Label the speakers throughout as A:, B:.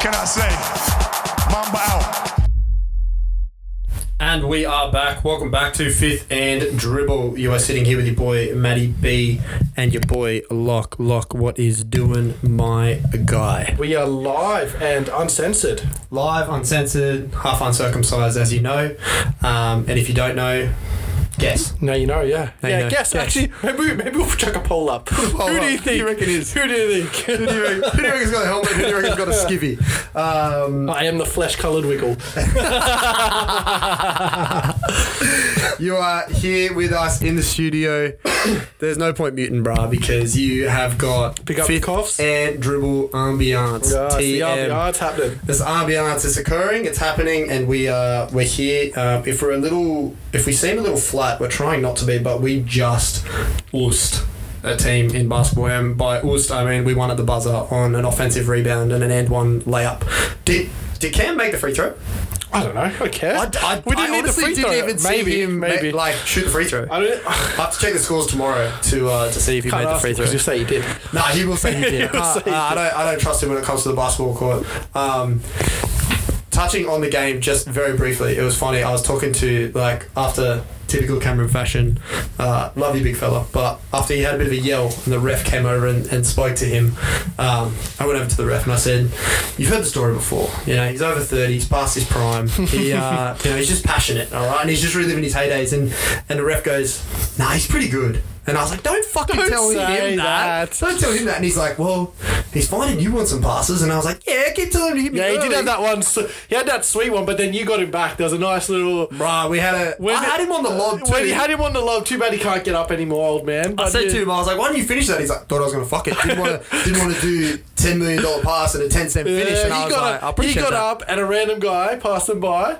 A: can I say? Mamba out.
B: And we are back. Welcome back to Fifth and Dribble. You are sitting here with your boy Matty B and your boy Lock. Lock, what is doing, my guy?
C: We are live and uncensored.
B: Live, uncensored, half uncircumcised, as you know. Um, and if you don't know, guess.
C: Now you know, yeah.
B: Now you
C: yeah,
B: know.
C: guess.
B: Guess.
C: Actually, maybe, maybe we'll chuck a poll up. Who do you think?
B: reckon is?
C: Who do you think?
B: Who do you reckon- who do you reckon's got a helmet? Who do you reckon's got a skivvy? Um,
C: I am the flesh coloured wiggle.
B: you are here with us in the studio. There's no point muting, brah, because you have got
C: Pick up the
B: Fifth
C: coughs.
B: and Dribble ambiance.
C: Yeah, it's
B: TM.
C: the RBR, it's happening.
B: this ambiance is occurring it's happening and we are we're here um, if we're a little if we seem a little flat we're trying not to be but we just oosed a team in basketball and by oosed I mean we won at the buzzer on an offensive rebound and an end one layup did did Cam make the free throw
C: I don't know. I don't care. we didn't need the
B: honestly
C: free throw.
B: didn't even
C: maybe,
B: see him ma-
C: maybe.
B: like shoot the free throw
C: I
B: I
C: don't. I
B: have to check the scores tomorrow to uh, to see if he
C: can't
B: made the
C: ask
B: free throw
C: because you say you did.
B: no, he will say he did.
C: will
B: Uh,
C: say he
B: uh, I don't. I don't trust him when it comes to the basketball court. Um, touching on the game just very briefly, it was funny. I was talking to like after typical Cameron fashion, uh, love you, big fella. But after he had a bit of a yell, and the ref came over and, and spoke to him, um, I went over to the ref and I said, "You've heard the story before. You know, he's over thirty. He's past his prime. He, uh, you know, he's just passionate, all right, and he's just reliving his heydays." And and the ref goes, "Nah, he's pretty good." And I was like, "Don't fucking
C: Don't
B: tell
C: say
B: him that.
C: that.
B: Don't tell him that. And he's like, well, he's finding you want some passes. And I was like, yeah, keep telling him to hit me
C: Yeah, he did
B: early."
C: have that one. s he had that sweet one, but then you got him back. There was a nice little.
B: Bruh, we had a. I had him on the log too.
C: When he had him on the log, too bad he can't get up anymore, old man.
B: I
C: But
B: said
C: yeah.
B: to him, I was like, why didn't you finish that? He's like, thought I was going to fuck it. Didn't want to didn't want to do $10 million pass and a 10 cent
C: Yeah,
B: finish. and I
C: he
B: was
C: got,
B: like,
C: up,
B: I appreciate
C: he got
B: that.
C: up and a random guy passed him by.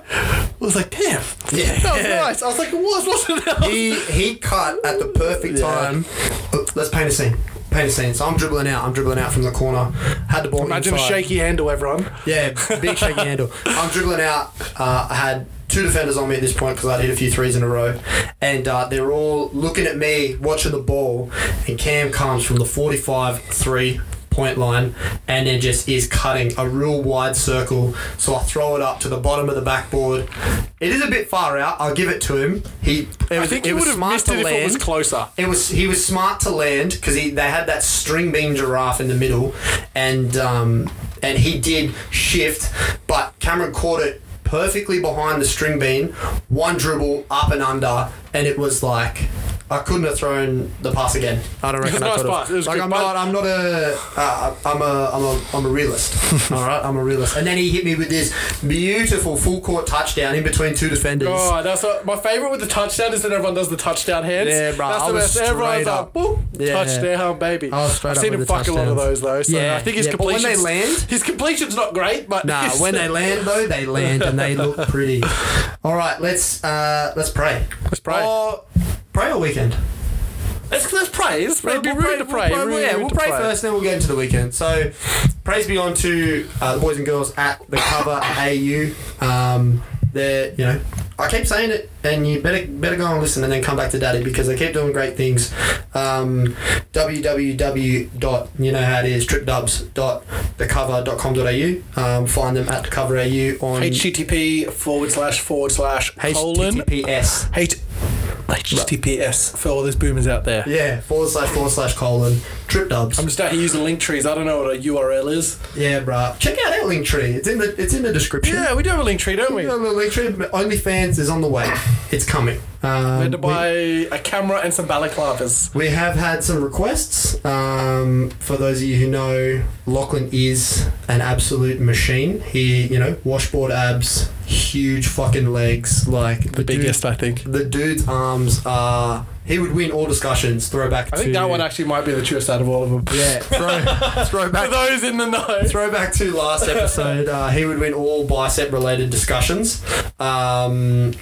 C: was like, damn,
B: Yeah.
C: that was nice. I was like, it was, wasn't it?
B: he he cut at the perfect
C: Yeah.
B: time. Uh, Let's paint a scene. Paint a scene. So I'm dribbling out. I'm dribbling out from the corner. Had the ball
C: Imagine
B: inside.
C: a shaky handle, everyone.
B: Yeah, big shaky handle. I'm dribbling out. Uh, I had two defenders on me at this point because I'd hit a few threes in a row. And uh, they're all looking at me, watching the ball. And Cam comes from the 45 3 point line and then just is cutting a real wide circle. So I throw it up to the bottom of the backboard. It is a bit far out. I'll give it to him. He, it was,
C: I think
B: it
C: he
B: was
C: would have
B: smart
C: missed
B: to
C: it if it was
B: land.
C: closer.
B: It was he was smart to land because he they had that string bean giraffe in the middle, and um, and he did shift, but Cameron caught it perfectly behind the string bean, one dribble up and under, and it was like. I couldn't have thrown the pass again. I don't reckon
C: It was a
B: I
C: nice
B: could
C: pass. It
B: have.
C: was a
B: Like
C: good
B: I'm
C: pass.
B: not, I'm not a, uh, I'm a, I'm a, I'm a realist. All right, I'm a realist. And then he hit me with this beautiful full court touchdown in between two defenders.
C: Oh, that's what, my favorite with the touchdown is that everyone does the touchdown hands.
B: Yeah, bro,
C: That's
B: I
C: the
B: was
C: best. Everyone's
B: straight
C: like,
B: up.
C: boop,
B: Yeah.
C: touchdown, baby.
B: I was straight
C: I've
B: up
C: seen
B: with the
C: him fuck a lot of
B: touchdowns.
C: those though. So
B: Yeah,
C: I think his
B: yeah, but when they
C: completion.
B: land-
C: his completion's not great, but
B: Nah,
C: his-
B: when they land though, they land and they look pretty. All right, let's uh, let's pray. Let's
C: pray.
B: Or, pray all weekend.
C: let's, let's pray. Let's pray. Be
B: We'll
C: rude to pray.
B: We'll pray,
C: rude
B: yeah, we'll
C: to
B: pray first, then we'll get into the weekend. So, praise be on to uh, the boys and girls at the cover AU. Um, they're you know. I keep saying it, and you better better go and listen, and then come back to Daddy because they keep doing great things. Um, www dot you know how it is tripdubs dot thecover.com.au. Um, find them at the cover AU on
C: HTTP forward slash forward slash colon
B: HTTPS.
C: H- HTTPS for all those boomers out there.
B: Yeah, forward slash forward slash colon trip dubs.
C: I'm just out here using link trees. I don't know what a URL is.
B: yeah, bruh. Check out our link tree. It's in the it's in the description.
C: Yeah, we do have a link tree, don't we?
B: Check out the link tree. OnlyFans is on the way. It's coming. Um,
C: I had to
B: we-
C: buy a camera and some balaclavas.
B: We have had some requests. Um, for those of you who know, Lachlan is an absolute machine. He, you know, washboard abs, huge fucking legs, like the, dude-
C: I think.
B: the dude's arms are. He would win all discussions. Throw back.
C: I think that one actually might be the truest out of all of them.
B: Yeah, throw, throw back
C: For those in the know.
B: Throwback to last episode, uh, he would win all bicep related discussions. Um,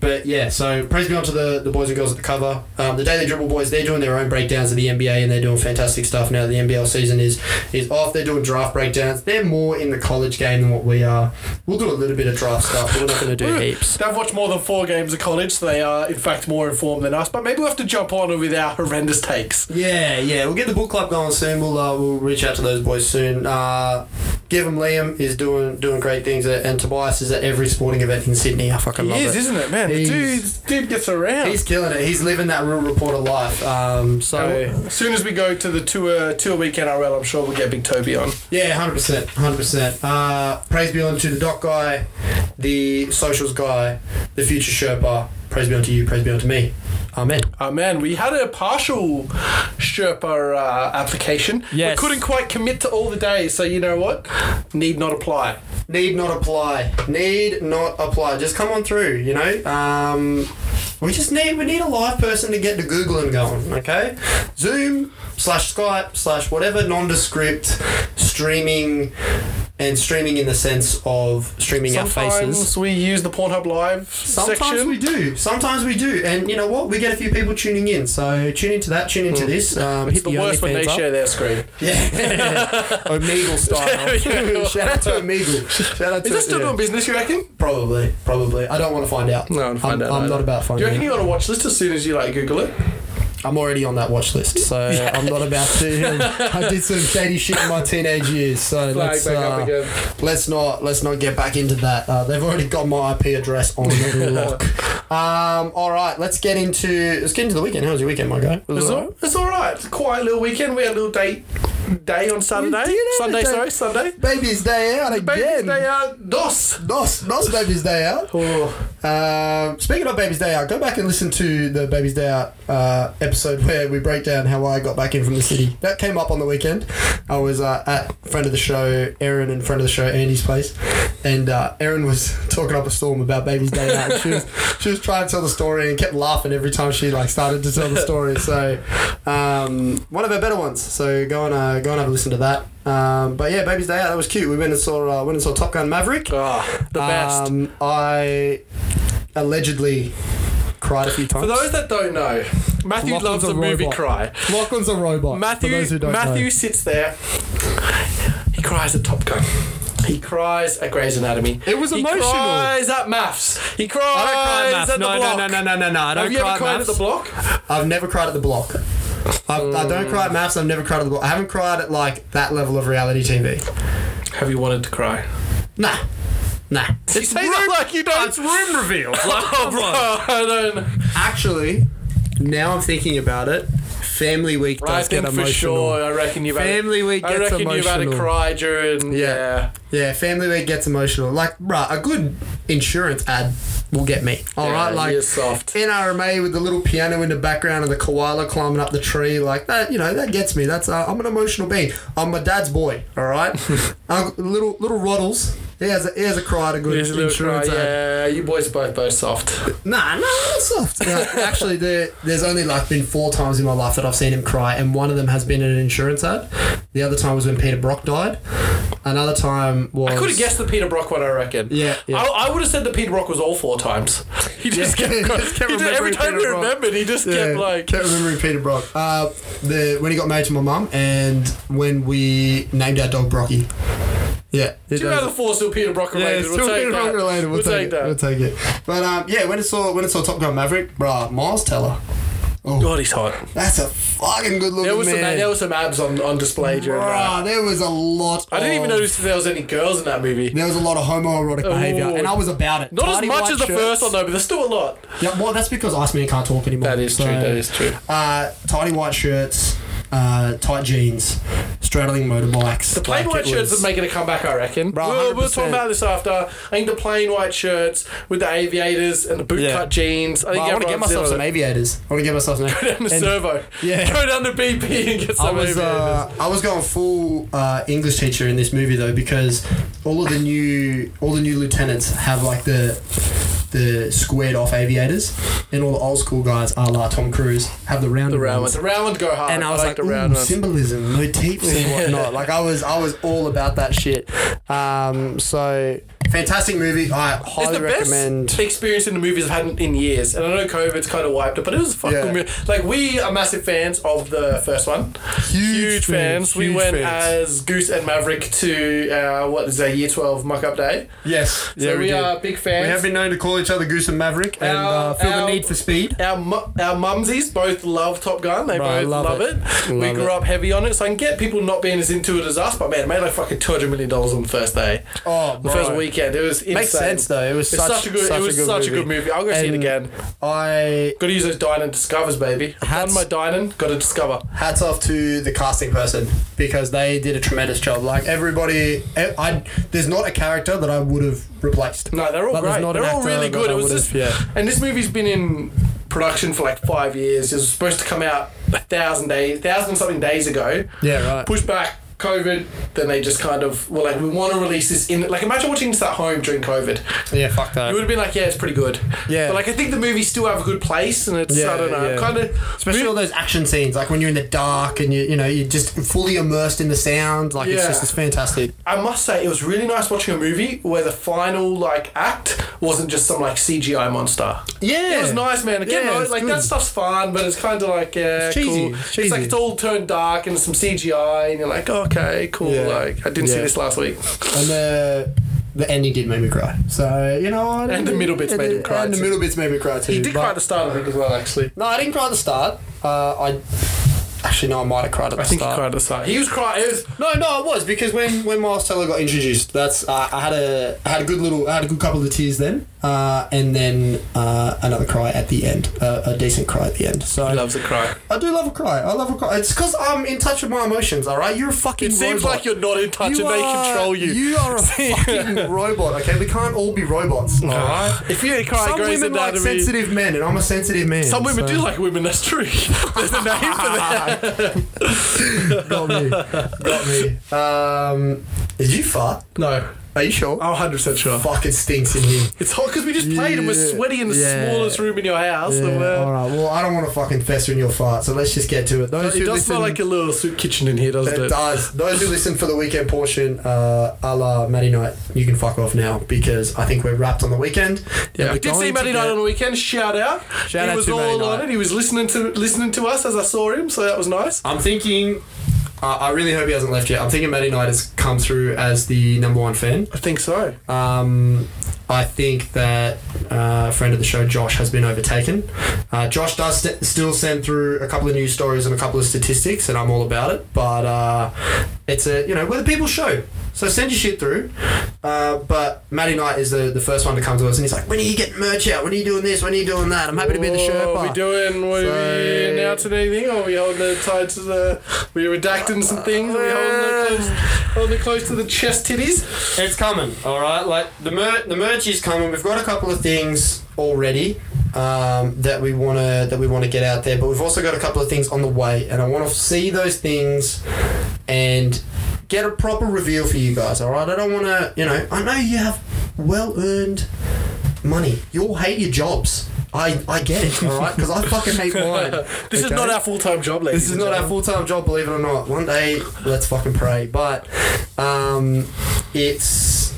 B: but yeah, so praise be on to the, the boys and girls at the cover. Um, the Daily Dribble boys, they're doing their own breakdowns of the NBA and they're doing fantastic stuff now. that The NBL season is is off. They're doing draft breakdowns. They're more in the college game than what we are. We'll do a little bit of draft stuff, but we're not going to do heaps.
C: They've watched more than four games of college, so they are, in fact, more informed than us. But maybe we'll have to jump on with our horrendous takes.
B: Yeah, yeah, we'll get the book club going soon. We'll uh, we'll reach out to those boys soon. Uh, give him Liam. He's doing doing great things, there. and Tobias is at every sporting event in Sydney. I fucking
C: He
B: love
C: is,
B: it.
C: is isn't it, man? The
B: He's-
C: dude, dude gets around.
B: He's killing it. He's living that real reporter life. Um, so
C: As soon as we go to the tour tour week NRL, I'm sure we'll get Big Toby on.
B: Yeah, hundred percent, hundred percent. Uh, Praise be unto the doc guy, the socials guy, the future Sherpa. Praise be unto you. Praise be unto me. Amen.
C: Oh man, we had a partial Sherpa uh, application.
D: Yes.
C: We couldn't quite commit to all the days, so you know what? Need not apply.
B: Need not apply. Need not apply. Just come on through. You know. Um, we just need we need a live person to get the googling going. Okay. Zoom slash Skype slash whatever nondescript streaming. And streaming in the sense of streaming our faces.
C: Sometimes we use the Pornhub Live
B: Sometimes
C: section.
B: we do. Sometimes we do. And you know what? We get a few people tuning in. So tune into that, tune into this. Um, hit
C: It's Hmm. the worst when they
B: OnlyFans up.
C: share their screen.
B: Yeah. Omegle style. Shout out to Omegle. Shout out to
C: Is this still
B: yeah.
C: doing business, you reckon?
B: Probably. Probably. I don't want to find out.
C: No, I don't find
B: I'm,
C: out
B: I'm
C: either.
B: not about
C: Do you reckon
B: finding
C: you
B: out.
C: got a watch list as soon as you like Google it?
B: I'm already on that watch list. So I'm not about to. I did some shady shit in my teenage years. So
C: Flag
B: let's,
C: back up
B: uh,
C: again.
B: let's not let's not get back into that. Uh, they've already got my IP address on the lock. Um, all right, let's get into let's get into the weekend. How was your weekend, my guy?
C: It's all, it's all right. It's a quiet little weekend. We had a little date day on Sunday.
B: did have a
C: Sunday,
B: date.
C: sorry, Sunday.
B: Baby's day out again.
C: Baby, they are dos.
B: Nos, Nos Baby's Day Out.
D: Oh,
B: Um, speaking of Baby's Day Out, go back and listen to the Baby's Day Out uh, episode where we break down how I got back in from the city. That came up on the weekend. I was uh, at friend of the show, Aaron, and friend of the show, Andy's place. And uh, Aaron was talking up a storm about Baby's Day Out. And she, was, she was trying to tell the story and kept laughing every time she like started to tell the story. So, um, one of her better ones. So go and, uh, go and have a listen to that. Um, but yeah, Baby's Day Out, that was cute. We went and saw, uh, went and saw Top Gun Maverick.
C: Ah, the best.
B: Um, I allegedly cried a few times.
C: For those that don't know, Matthew
B: Lachlan's
C: loves
B: a
C: the movie
B: robot.
C: Cry.
B: Lachlan's a robot.
C: Matthew, Matthew sits there. He cries at Top Gun. He cries at Grey's Anatomy.
D: It was emotional.
C: He cries at maths. He cries
D: I don't cry at maths.
C: at
D: No,
C: the
D: no,
C: block.
D: no, no, no, no, no. I don't
C: Have you
D: cry
C: ever
D: at
C: cried
D: maths.
C: at the block?
B: I've never cried at the block. I've, I don't cry at maths. I've never cried at the block. I haven't cried at like that level of reality TV.
C: Have you wanted to cry?
B: Nah, nah.
C: You say that like you don't.
D: It's room reveals. Like,
C: Oh, bro, I don't.
B: Actually, now I'm thinking about it. Family week
C: I
B: does get
C: think for
B: emotional.
C: sure. I reckon you've had
B: Family week
C: I
B: gets
C: reckon you've had a
B: emotional.
C: cry during.
B: Yeah.
C: Yeah.
B: Yeah, family week gets emotional. Like, bruh, a good insurance ad will get me. All
C: Yeah,
B: right, like
C: you're soft.
B: NRMA with the little piano in the background and the koala climbing up the tree, like that. You know, that gets me. That's uh, I'm an emotional being. I'm my dad's boy. All right, um, little little Roddles. He has a, he has a cry at a good
C: There's a little cry,
B: insurance ad.
C: yeah, you boys are both both soft.
B: Nah, no, not soft. No, actually, there, there's only like been four times in my life that I've seen him cry, and one of them has been an insurance ad. The other time was when Peter Brock died. Another time was
C: I could have guessed the Peter Brock one. I reckon.
B: Yeah, yeah.
C: I, I would have said the Peter Brock was all four times. He just
B: Yeah,
C: kept.
B: he
C: Going,
B: just kept
C: he did- every
B: remembering
C: time
B: Peter
C: he
B: Brock.
C: remembered, he just kept like.
B: Kept remembering Peter Brock. Uh, the when he got married to my mum, and when we named our dog Brocky. Yeah.
C: Two out of four still Peter Brock related.
B: it's
C: we'll
B: still
C: take
B: Peter
C: that.
B: Brock related. We'll, take, it.
C: that.
B: We'll take it. But um, yeah, when it saw when it saw Top Gun Maverick, bruh, Miles Teller,
C: God, he's hot.
B: that's a fucking good
C: There
B: looking
C: was some
B: man.
C: there was some abs on, on display during that.
B: Bruh, there was a lot.
C: I didn't
B: of,
C: even notice if there was any girls in that movie.
B: There was a lot of homoerotic behavior, and I was about it.
C: Oh. Not
B: Tidy
C: as much
B: white
C: as the
B: shirts.
C: first one though, but there's still a lot.
B: Yeah, well, that's because Iceman can't talk anymore.
C: That is
B: so-
C: true. That is true.
B: uh, tiny white shirts, uh, tight jeans, straddling motorbikes.
C: The plain
B: Like,
C: white
B: it
C: shirts
B: was-
C: are making a comeback, I reckon.
B: Bro,
C: we'll, we'll talk
B: 100%.
C: about this after. I think the plain white shirts with the aviators and the bootcut
D: Yeah.
C: jeans. I
B: Bro,
C: think
B: I want to get
C: everyone's in
B: myself
C: on
B: some
C: it.
B: aviators. I want to get myself some.
C: Go down the servo.
B: Yeah.
C: Go down to BP and get
B: I
C: some
B: was
C: aviators.
B: uh, I was going full uh, English teacher in this movie though because all of the new all the new lieutenants have like the the squared off aviators and all the old school guys a la Tom Cruise have the round
C: the round ones. The round ones go hard.
B: and I was like,
C: the
B: "Ooh,
C: round ones.
B: symbolism, motifs, and
C: Yeah.
B: whatnot. Like I was, I was all about that shit. Um, so Fantastic movie. I
D: It's
B: highly
D: the
B: recommend.
D: best experience in the movies I've had in years, and I know COVID's kind of wiped it, but it was a fucking
B: Yeah.
D: good movie. Like we are massive fans of the first one,
B: Huge
D: fans.
B: fans,
D: we
B: huge
D: went uh,
B: fans.
D: as Goose and Maverick to uh, what is that Year Twelve Muck Up Day.
B: Yes.
D: So we, are big fans.
B: We have been known to call each other Goose and Maverick and
D: Our-
B: uh, feel
D: our-
B: the need for speed.
D: our, mu- our mumsies both love Top Gun. They
B: Bro, I
D: both love,
B: love it.
D: it. We
B: Love
D: grew
B: it.
D: up heavy on it, so I can get people not being as into it as us. But man, it made like fucking two hundred million dollars on the first day,
B: Oh,
D: the first weekend. It was insane.
B: Makes sense though. It was
D: It's
B: such,
D: such a good. it was such a good movie. I'll go see it
B: And
D: again.
B: I
D: Got to use those dining discovers, baby. I've Done
B: Hats-
D: my dining. Got to discover.
B: hats off to the casting person because they did a tremendous job. Like everybody, I, I- there's not a character that I would have replaced.
D: No, they're all
B: Like, there's
D: great.
B: not an
D: They're all
B: actor
D: really
B: that
D: good.
B: I
D: It was
B: would've-
D: just,
B: yeah.
D: and this movie's been in production for like five years. It was supposed to come out a thousand days, thousand something days ago.
B: Yeah, right.
D: Push back COVID. Then they just kind of were like, we want to release this in. Like, imagine watching this at home during COVID.
B: Yeah, fuck that.
D: You would have been like, yeah, it's pretty good.
B: Uh, Yeah.
D: But like, I think the movies still have a good place, and it's
B: Yeah,
D: I don't know,
B: yeah.
D: kind of
B: Especially all those action scenes, like when you're in the dark and you you know you're just fully immersed in the sound. Like it's
D: Yeah.
B: just it's fantastic.
D: I must say it was really nice watching a movie where the final like act wasn't just some like CGI monster.
B: Yeah.
D: It was nice, man. Again,
B: Yeah,
D: though,
B: it's
D: like
B: good.
D: that stuff's fun, but it's kind of like yeah,
B: It's cheesy,
D: cool.
B: it's
D: It's like
B: cheesy.
D: it's all turned dark and some CGI, and you're like, okay, cool.
B: Yeah.
D: Like I didn't see
B: Yeah.
D: this last week.
B: And the the ending did make me cry. So you know what?
D: And the middle bits
B: And
D: made
B: the-
D: him cry
B: And the
D: too.
B: middle bits made me cry too.
D: He did
B: but-
D: cry at the start, I think, as well. Actually,
B: No, I didn't cry at the start. Uh, I actually no, I might have cried at the
D: I think
B: start.
D: he cried at the start. He was crying. It was
B: No, no, I was because when when Miles Teller got introduced, that's uh, I had a I had a good little I had a good couple of tears then, uh, and then uh, another cry at the end, uh, a decent cry at the end. So
D: he loves a cry.
B: I do love a cry. I love a cry. It's because I'm in touch with my emotions. All right, you're a fucking.
D: It seems
B: robot.
D: like you're not in touch, and they
B: are-
D: control you.
B: You are a fucking robot. Okay, we can't all be robots. All right.
D: If you cry,
B: Some
D: Grey's
B: women like
D: Anatomy-
B: sensitive men, and I'm a sensitive man.
D: Some women
B: so-
D: do like women. That's true. There's a name for that.
B: Got me. Got me. Um, did you fart?
D: No,
B: Are you sure?
D: I'm 100 percent sure.
B: Fuck, it stinks in here.
D: It's hot because we just played and we're
B: Yeah.
D: sweaty in the
B: Yeah.
D: smallest room in your house. and
B: Yeah,
D: we're-
B: all right. Well, I don't want to fucking fester in your fart, so let's just get to it. Those
D: It
B: who
D: does
B: listen,
D: smell like a little soup kitchen in here, doesn't it?
B: it does. Those who listen for the weekend portion, uh, a la Matty Knight, you can fuck off now because I think we're wrapped on the weekend.
D: Yeah, we did see Matty Knight on the weekend. Shout out!
B: Shout
D: he
B: out
D: was
B: to Matty
D: all on
B: Knight.
D: it. He was listening to listening to us as I saw him, so that was nice.
B: I'm thinking. Uh, I really hope he hasn't left yet. I'm thinking Matty Knight has come through as the number one fan.
D: I think so.
B: Um, I think that uh, a friend of the show, Josh, has been overtaken. Uh, Josh does st- still send through a couple of news stories and a couple of statistics, and I'm all about it. But uh, it's a you know where the people show. So send your shit through. Uh, but Matty Knight is the, the first one to come to us, and he's like, "When are you getting merch out? When are you doing this? When are you doing that? I'm happy to be the
D: Whoa,
B: Sherpa."
D: Are we doing? Were
B: So-
D: we announcing anything? Or are we holding it tight to the? We redacting some things. Are we
B: Uh,
D: holding it close? Holding it close to the chest titties.
B: It's coming, all right. Like the mer- the merch is coming. We've got a couple of things already um, that we wanna that we wanna get out there, but we've also got a couple of things on the way, and I want to see those things and get a proper reveal for you guys, all right. I don't want to, you know. I know you have well earned money. You all hate your jobs. I, I get it, all right, because I fucking hate mine.
D: This is
B: okay?
D: not our full time job, ladies.
B: This is
D: and
B: not our
D: gentlemen.
B: full time job, believe it or not. One day, let's fucking pray. But um, it's,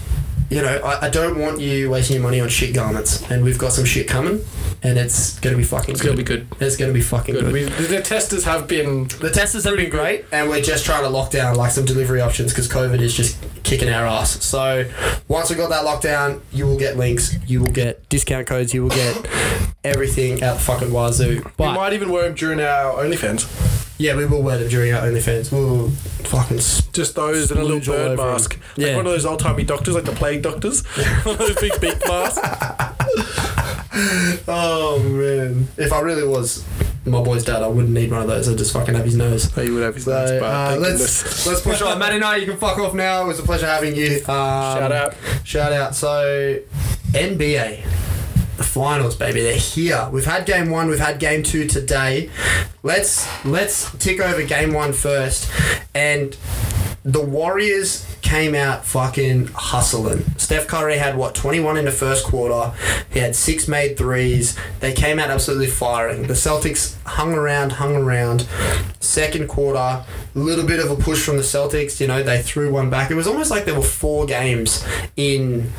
B: you know, I, I don't want you wasting your money on shit garments. And we've got some shit coming, and it's going to be fucking
D: It's
B: good.
D: gonna be good.
B: It's going to be fucking good.
D: Good. We, the testers have been
B: the testers have been great, and we're just trying to lock down like some delivery options because COVID is just kicking our ass. So once we got that lockdown, you will get links, you will get discount codes, you will get everything out the fucking wazoo.
D: we might even wear them during our OnlyFans.
B: Yeah, we will wear them during our OnlyFans. We'll fucking. s-
D: Just those and a little
B: Splooge all
D: bird
B: over 'em.
D: mask. Like
B: Yeah.
D: one of those old timey doctors, like the plague doctors. one of those big beak masks.
B: Oh man! If I really was my boy's dad, I wouldn't need one of those. I'd just fucking have his nose.
D: Oh, you would have his
B: So
D: nuts, but
B: uh,
D: thank goodness.
B: let's let's push on. Matty Knight, you can fuck off now. It was a pleasure having you. Um,
D: Shout out.
B: Shout out. So NBA. The finals, baby, they're here. We've had game one, we've had game two today. Let's let's tick over game one first. And the Warriors came out fucking hustling. Steph Curry had what 21 in the first quarter. He had six made threes. They came out absolutely firing. The Celtics hung around, hung around. Second quarter, little bit of a push from the Celtics. You know, they threw one back. It was almost like there were four games in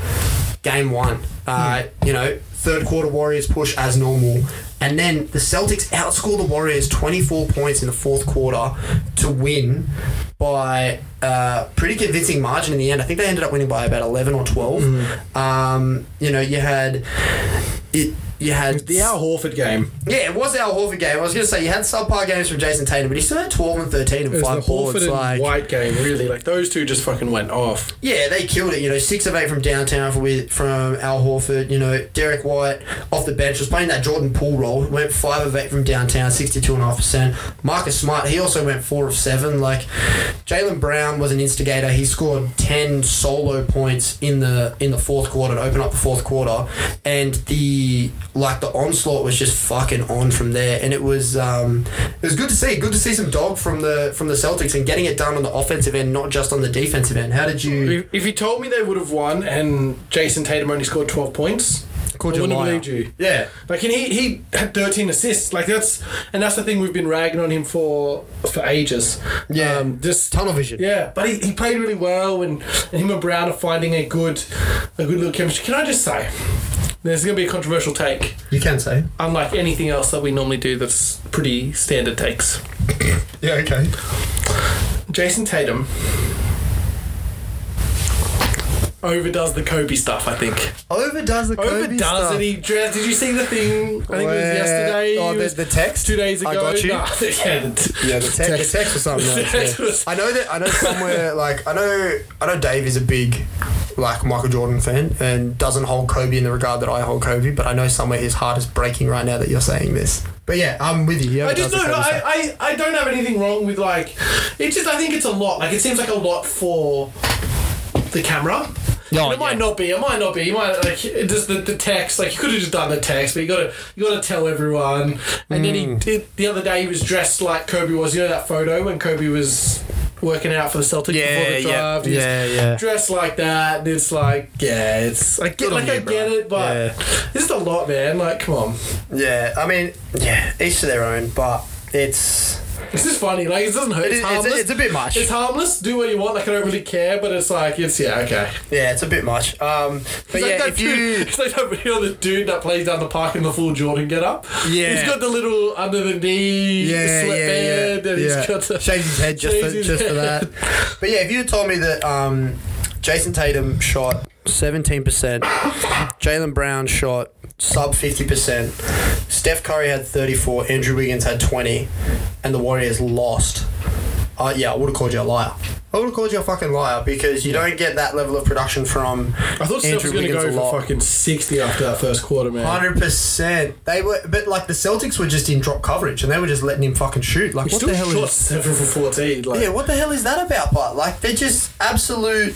B: game one. Uh,
D: Hmm.
B: You know, third quarter Warriors push as normal. And then the Celtics outscore the Warriors 24 points in the fourth quarter to win by a pretty convincing margin in the end. I think they ended up winning by about 11 or 12.
D: Hmm.
B: Um, you know, you had. It, you had
D: The Al Horford game.
B: yeah, it was our Horford game. I was going to say you had subpar games from Jason Tatum, but he still had twelve and thirteen and
D: It was
B: five
D: the Horford
B: boards.
D: and
B: Like,
D: White game, really. Like those two just fucking went off.
B: yeah, they killed it. You know, six of eight from downtown for, with from Al Horford. You know, Derek White off the bench was playing that Jordan Poole role. Went five of eight from downtown, sixty-two and a half percent. Marcus Smart, he also went four of seven. Like, Jalen Brown was an instigator. He scored ten solo points in the in the fourth quarter to open up the fourth quarter, and the like the onslaught was just fucking on from there. And it was um, it was good to see. Good to see some dog from the from the Celtics and getting it done on the offensive end, not just on the defensive end. How did you?
D: If, if you told me they would have won and Jason Tatum only scored 12 points,
B: Called
D: I
B: you a
D: wouldn't have
B: liar.
D: believed you.
B: Yeah.
D: Like and he he had 13 assists. Like that's and that's the thing we've been ragging on him for for ages. Um,
B: Yeah.
D: just
B: Tunnel vision.
D: yeah, but he, he played really well, and, and him and Brown are finding a good a good little chemistry. Can I just say, there's going to be a controversial take,
B: You can say.
D: unlike anything else that we normally do. That's pretty standard takes.
B: Yeah, okay.
D: Jason Tatum overdoes the Kobe stuff. I think
B: Overdoes the Kobe
D: overdoes
B: stuff.
D: it. He dressed. Did you see the thing? I think it was
B: Where-
D: yesterday.
B: Oh,
D: It
B: the,
D: was
B: the text?
D: two days ago.
B: I got you.
D: Nah, yeah,
B: Yeah, the text, the text was something
D: The
B: else.
D: text
B: yeah.
D: was-
B: I know that I know somewhere like I know I know Dave is a big like Michael Jordan fan and doesn't hold Kobe in the regard that I hold Kobe, but I know somewhere his heart is breaking right now that you're saying this. But yeah, I'm with you. He
D: I just don't
B: overdoes the
D: know.
B: Kobe stuff.
D: I, I, I don't have anything wrong with like. It's just I think it's a lot. Like it seems like a lot for the camera.
B: No,
D: And it
B: yeah.
D: might not be. It might not be. You might like it just the, the text. Like you could have just done the text, but you gotta you gotta tell everyone. And then
B: Hmm.
D: he did the other day. He was dressed like Kobe was. You know that photo when Kobe was working out for the Celtics before the draft. He was
B: yeah, yeah.
D: Dressed like that, and it's like yeah, it's I get
B: Good on
D: like
B: you,
D: I
B: bro.
D: get it, but
B: Yeah.
D: this is a lot, man. Like come on.
B: Yeah, I mean, yeah, each to their own, but it's
D: This is funny. Like it doesn't hurt.
B: it
D: It's,
B: is, it's,
D: harmless.
B: it's a bit much.
D: It's harmless. Do what you want. Like I don't really care. But it's like it's yeah okay.
B: yeah, it's a bit much. Um, but
D: It's like
B: yeah,
D: that
B: if
D: dude,
B: you
D: it's like that video of the dude that plays down the park in the full Jordan get up.
B: Yeah.
D: he's got the little under the knee
B: yeah,
D: sweatband, and he's
B: yeah.
D: got the
B: shaves his head just for,
D: shaves his
B: just for
D: head.
B: that. But yeah, if you had told me that um, Jason Tatum shot seventeen percent, Jalen Brown shot sub fifty percent, Steph Curry had thirty four, Andrew Wiggins had twenty, and the Warriors lost. Uh, yeah, I would have called you a liar. I would have called you a fucking liar because you don't get that level of production from
D: I thought Steph was
B: Andrew
D: gonna
B: Wiggins
D: go
B: a lot.
D: for fucking sixty after that first quarter, man.
B: Hundred percent. They were, but like the Celtics were just in drop coverage, and they were just letting him fucking shoot. Like,
D: He
B: what
D: still
B: the hell
D: shot
B: is?
D: seven for fourteen. Like,
B: Yeah, what the hell is that about? But like, they're just absolute,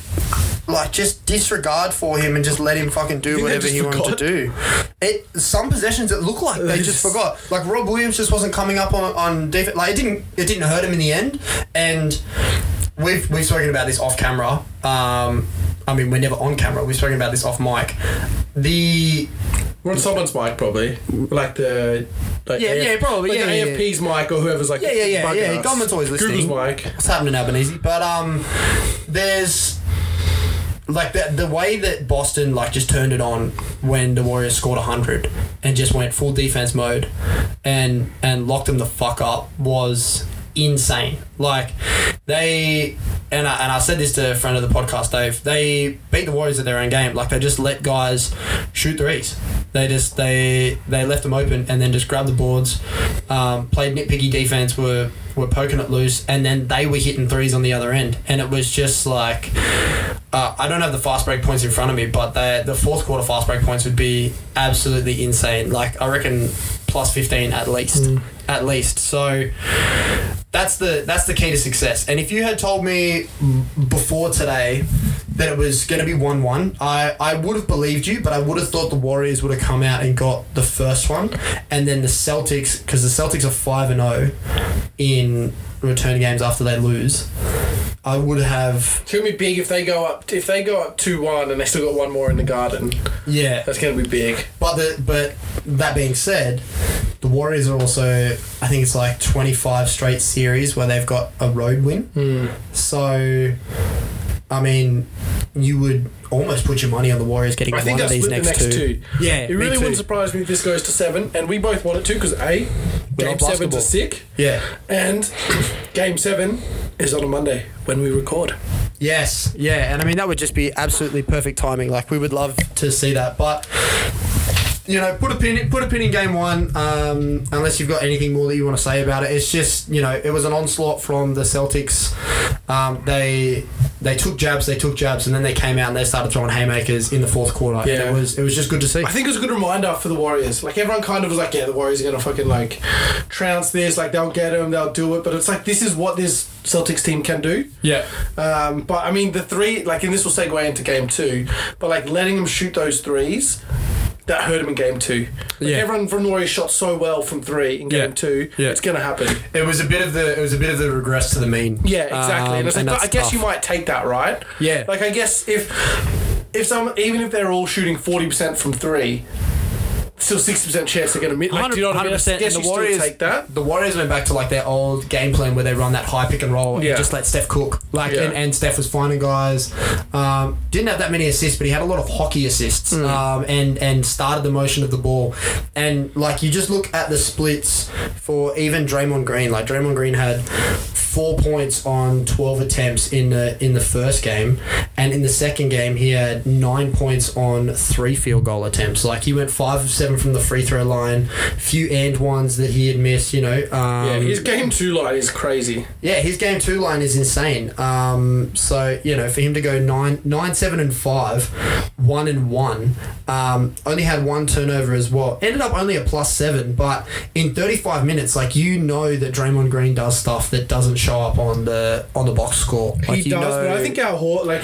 B: like, just disregard for him and just let him fucking do
D: think they
B: whatever
D: just
B: he wanted
D: forgot?
B: to do. It some possessions it looked like they
D: They just-
B: just forgot. Like Rob Williams just wasn't coming up on on defense. Like it didn't it didn't hurt him in the end. And we've we've spoken about this off camera. Um, I mean, we're never on camera. We've spoken about this off mic. The
D: We're on someone's mic, probably. Like the. Like
B: Yeah, yeah, probably,
D: Like
B: yeah,
D: the
B: yeah,
D: AFP's mic or whoever's like.
B: Yeah, yeah, yeah,
D: bugging
B: yeah,
D: us.
B: government's always listening.
D: Google's mic.
B: what's happening, Albanese. But um, there's like the the way that Boston like just turned it on when the Warriors scored hundred and just went full defense mode, and and locked them the fuck up was insane. Like they and I, and I said this to a friend of the podcast, Dave. They beat the Warriors at their own game. Like they just let guys shoot threes. They just they they left them open and then just grabbed the boards, um, played nitpicky defense, were were poking it loose, and then they were hitting threes on the other end, and it was just like. Uh, I don't have the fast break points in front of me, but the the fourth quarter fast break points would be absolutely insane. Like I reckon plus fifteen at least, at least. So that's the that's the key to success. And if you had told me before today that it was going to be one one, I I would have believed you, but I would have thought the Warriors would have come out and got the first one, and then the Celtics because the Celtics are five and zero in return games after they lose. I would have
D: It's gonna be big if they go up. If they go up two one and they still got one more in the garden,
B: yeah.
D: that's gonna be big.
B: But the, but that being said, the Warriors are also I think it's like twenty five straight
E: Hmm.
B: series where they've got a road win. So, I mean,
E: you would almost put your money on the Warriors getting
D: I
E: one
D: think
E: of
D: that's
E: these
D: the
E: next,
D: next two.
E: Yeah,
D: It really
E: me too.
D: wouldn't surprise me if this goes to seven, and we both want it to because A, game
E: love
D: seven's
E: basketball.
D: a sick,
E: Yeah.
D: and game seven is on a Monday when we record.
E: Yes. Yeah, and I mean that would just be absolutely perfect timing. Like we would love to see that, but
B: you know, put a pin, put a pin in game one. Um, unless you've got anything more that you want to say about it, it's just you know, it was an onslaught from the Celtics. Um, they they took jabs, they took jabs, and then they came out and they started throwing haymakers in the fourth quarter. And
D: Yeah.
B: it was it was just good to see.
D: I think it was a good reminder for the Warriors. Like everyone kind of was like, yeah, the Warriors are gonna fucking like trounce this. Like they'll get them, they'll do it. But it's like this is what this Celtics team can do.
E: yeah,
D: Um, but I mean, the three, like, and this will segue into game two, but like letting them shoot those threes, that hurt them in game two. Like,
E: Yeah.
D: Everyone from the Warriors shot so well from three in game
E: Yeah.
D: two,
E: Yeah.
D: it's going to happen.
B: It was a bit of the it was a bit of the regress to the mean.
D: Yeah, exactly. and
E: Um,
D: it's like,
E: and
D: but I
E: that's
D: guess
E: tough.
D: you might take that, right?
E: Yeah.
D: Like, I guess if, if some, even if they're all shooting 40% from three, still 60% chance they're going to miss. Like, do you know what I mean? I
E: 100%,
D: guess
E: and the
D: you
E: Warriors-
D: still take that.
B: The Warriors went back to like their old game plan where they run that high pick and roll and
D: Yeah.
B: just let Steph cook. Like
D: Yeah.
B: and, and Steph was finding guys. Um, didn't have that many assists, but he had a lot of hockey assists.
D: Mm.
B: Um, and and started the motion of the ball. And like you just look at the splits for even Draymond Green. Like Draymond Green had four points on twelve attempts in the in the first game, and in the second game he had nine points on three field goal attempts. Like he went five of seven from the free throw line, few and ones that he had missed. You know. Um,
D: Yeah, his game two line is crazy.
B: yeah, his game two line is insane. Um, so you know, for him to go nine, nine, seven, and five, one and one, um, only had one turnover as well. Ended up only a plus seven, but in thirty-five minutes, like you know that Draymond Green does stuff that doesn't show up on the on the box score. Like,
D: he
B: you
D: does,
B: know-
D: but I think our Hor- like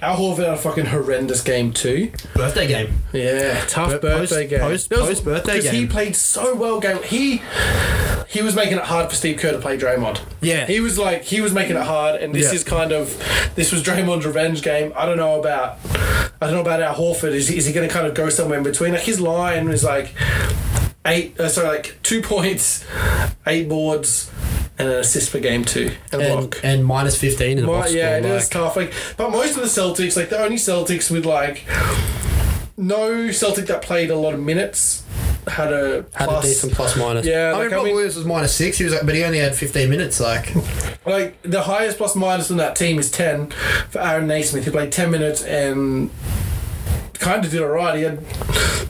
D: our Horford had a fucking horrendous game too.
B: birthday game.
D: Yeah, tough
B: post-
D: birthday game.
B: post-
D: There was-
B: post-birthday
D: because he
B: game.
D: played so well. Game he he was making it hard for Steve Kerr to play Draymond.
E: Yeah.
D: he was like he was making it hard, and this
E: Yeah.
D: is kind of this was Draymond's revenge game. I don't know about I don't know about our Horford. Is he, is he going to kind of go somewhere in between? Like his line was like eight, uh, sorry, like two points, eight boards, and an assist per game too, and a
B: And,
D: block.
B: and minus fifteen in the
D: Well,
B: box
D: yeah, it
B: score.
D: is
B: like-
D: tough. Like, but most of the Celtics, like the only Celtics with like no Celtic that played a lot of minutes, had a
B: Had
D: plus.
B: a decent plus minus.
D: Yeah,
B: I mean,
D: like, I
B: Rob
D: mean-
B: Williams was minus six. He was, like, but he only had fifteen minutes. Like,
D: Like the highest plus minus on that team is ten for Aaron Naismith, who played ten minutes and kind of did alright. He had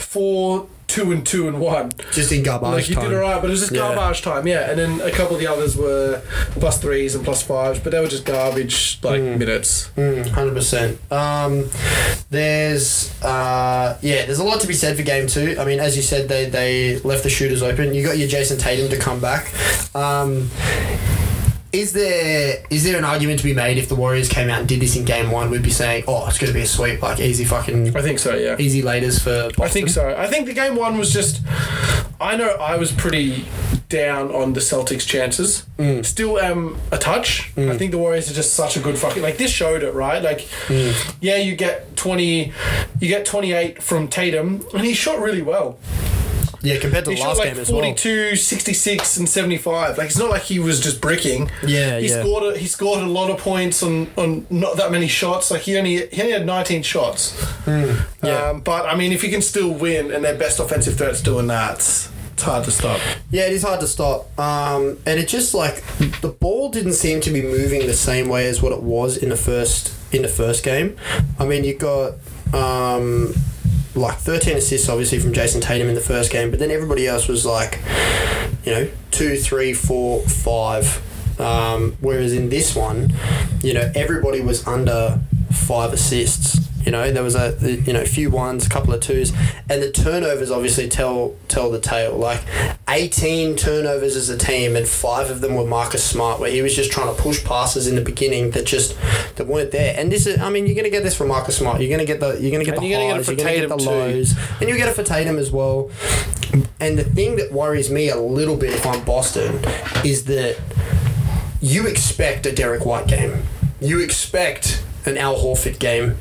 D: four, two, and two, and one.
B: just in garbage
D: Like he
B: time.
D: did alright, but it was just
B: Yeah.
D: garbage time, yeah. And then a couple of the others were plus threes and plus fives, but they were just garbage like
B: Hmm.
D: minutes.
B: Mm, Hundred percent. Um, there's uh, yeah, there's a lot to be said for game two. I mean, as you said, they they left the shooters open. You got your Jason Tatum to come back. Um, is there is there an argument to be made if the Warriors came out and did this in game one? We'd be saying, oh, it's going to be a sweep, like easy fucking
D: I think so, yeah.
B: easy laters for. Boston.
D: I think so. I think the game one was just. I know I was pretty down on the Celtics' chances.
B: Mm.
D: Still am a touch. I think the Warriors are just such a good fucking like this showed it right. Like,
B: Mm.
D: yeah, you get twenty, you get twenty eight from Tatum, and he shot really well.
B: Yeah, compared to
D: He
B: the
D: shot
B: last
D: like
B: game as well.
D: 42, 66, and seventy five. Like it's not like he was just bricking.
E: Yeah,
D: he
E: yeah.
D: scored. A, he scored a lot of points on on not that many shots. Like he only he only had nineteen shots.
B: yeah.
D: Um, but I mean, if you can still win and their best offensive threat's doing that, it's it's hard to stop.
B: Yeah, it is hard to stop. Um, and it just like the ball didn't seem to be moving the same way as what it was in the first in the first game. I mean, you got um, like 13 assists obviously from Jason Tatum in the first game, but then everybody else was like, you know, two, three, four, five. Um, whereas in this one, you know, everybody was under five assists. You know, there was a you know a few ones, a couple of twos, and the turnovers obviously tell tell the tale. Like eighteen turnovers as a team, and five of them were Marcus Smart, where he was just trying to push passes in the beginning that just that weren't there. And this is, I mean, you're going to get this from Marcus Smart. You're going to get the you're going to get
D: And
B: the
D: you're gonna get it
B: highs,
D: from
B: you're going to get
D: Tatum
B: the
D: too.
B: lows, and you get it for Tatum as well. And the thing that worries me a little bit if I'm Boston is that you expect a Derek White game. You expect an Al Horford game.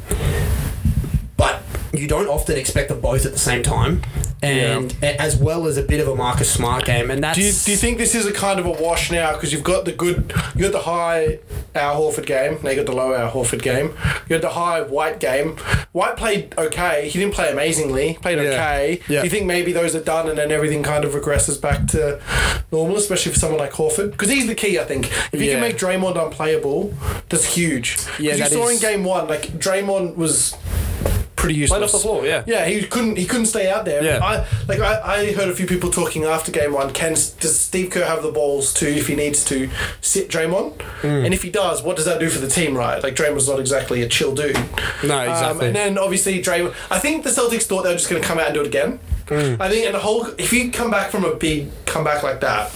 B: But you don't often expect them both at the same time. and as well as a bit of a Marcus Smart game, and that's
D: Do you, do you think this is a kind of a wash now? Because you've got the good, you got the high our Horford game, now you got the low our Horford game. You got the high White game. White played okay. He didn't play amazingly. Played okay.
C: Yeah.
D: Do you think maybe those are done and then everything kind of regresses back to normal, especially for someone like Horford? Because he's the key, I think. If you
B: Yeah.
D: can make Draymond unplayable, that's huge.
B: Yeah,
D: Because you
B: that
D: saw in
B: is-
D: game one, like Draymond was pretty useless.
F: Played off the floor, yeah.
D: Yeah, he couldn't. He couldn't stay out there.
F: Yeah.
D: I like. I, I heard a few people talking after game one. Can does Steve Kerr have the balls to, if he needs to, sit Draymond? And if he does, what does that do for the team? Right, like Draymond's not exactly a chill dude.
B: No,
D: Um,
B: exactly.
D: and then obviously Draymond. I think the Celtics thought they were just going to come out and do it again. I think and the whole. If you come back from a big comeback like that,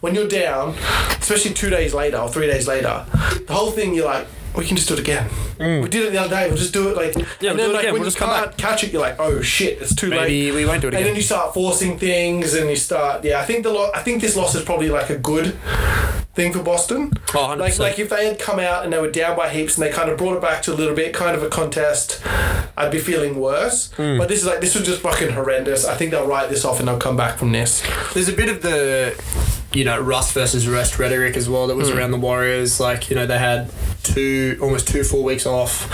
D: when you're down, especially two days later or three days later, the whole thing you're like. We can just do it again. We did it the other day. We'll just do it like
F: Yeah, we'll do
D: and then
F: it
D: like
F: again.
D: when
F: We'll just
D: you
F: come
D: can't catch it, you're like, oh shit, it's too
B: Maybe
D: late.
B: we won't do it
D: And
B: again.
D: then you start forcing things, and you start. Yeah, I think the lo- I think this loss is probably like a good thing for Boston.
B: Oh, 100%.
D: like like if they had come out and they were down by heaps and they kind of brought it back to a little bit, kind of a contest, I'd be feeling worse.
B: Hmm.
D: But this is like this was just fucking horrendous. I think they'll write this off and they'll come back from this.
B: there's a bit of the you know rust versus rest rhetoric as well that was
D: Hmm.
B: around the Warriors. Like you know they had two almost two full weeks off.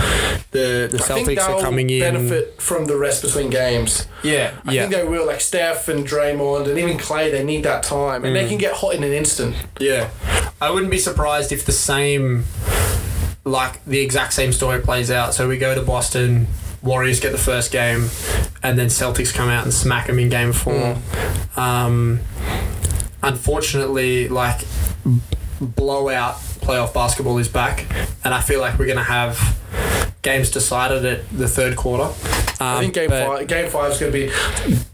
B: The the
D: I think
B: Celtics
D: they'll
B: are coming in.
D: benefit from the rest between games.
B: Yeah,
D: I
B: yeah,
D: think they will. Like Steph and Draymond and even Clay, they need that time,
B: Hmm.
D: and they can get hot in an instant.
B: yeah. I wouldn't be surprised if the same, like the exact same story plays out. So we go to Boston. Warriors get the first game, and then Celtics come out and smack them in game four.
D: Mm.
B: Um, unfortunately, like blowout playoff basketball is back, and I feel like we're going to have games decided at the third quarter. Um,
D: I think game
B: but
D: five, game five is going to be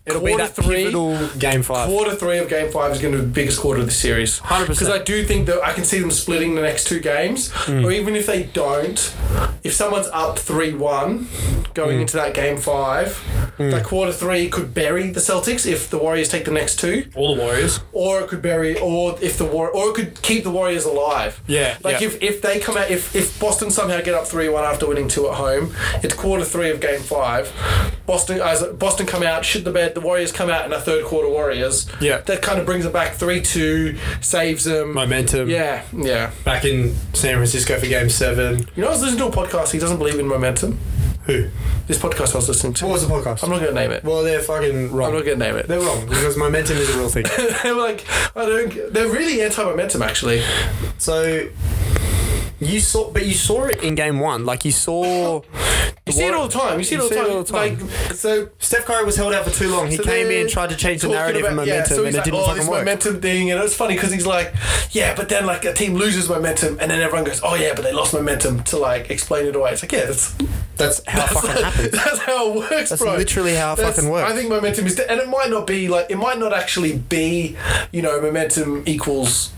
B: It'll be
D: quarter
B: that
D: three.
B: pivotal game five.
D: Quarter three of game five is going to be the biggest quarter of the series.
B: 100%.
D: Because I do think that I can see them splitting the next two games,
B: Hmm.
D: or even if they don't, if someone's up 3 1 going
B: Hmm.
D: into that game five, that quarter three could bury the Celtics if the Warriors take the next two
F: All the Warriors.
D: or it could bury, or if the war, or it could keep the Warriors alive.
B: Yeah,
D: Like
B: yeah.
D: if if they come out, if if Boston somehow get up three one after winning two at home, it's quarter three of game five. Boston as Boston come out, shit the bed. The Warriors come out in a third quarter. Warriors.
B: Yeah.
D: That kind of brings them back three two, saves them.
B: Momentum.
D: yeah, yeah.
B: Back in San Francisco for game seven.
D: You know, I was listening to a podcast. He doesn't believe in momentum.
B: Who?
D: This podcast I was listening to.
C: What was the podcast?
D: I'm not going to name it.
B: Well, they're fucking wrong.
D: I'm not going to name it.
B: They're wrong because momentum is a real thing.
D: They're like, I don't. They're really anti-momentum, actually.
B: So you saw, but you saw it in game one. Like you saw,
D: You see it all the time. You see it all the time. Like, so
B: Steph Curry was held out for too long. He
D: So
B: came
D: they're
B: in, tried to change the
D: talking
B: narrative of
D: about- yeah,
B: momentum,
D: so
B: and
D: he's
B: it
D: like,
B: didn't
D: oh,
B: fucking
D: this
B: work.
D: momentum thing, and it's funny because he's like, yeah, but then like a team loses momentum, and then everyone goes, oh yeah, but they lost momentum to like explain it away. It's like yeah, that's
B: That's how it fucking happens.
D: that's how it works,
B: That's
D: bro.
B: literally how it
D: That's-
B: fucking works.
D: I think momentum is, and it might not be like it might not actually be, you know, momentum equals.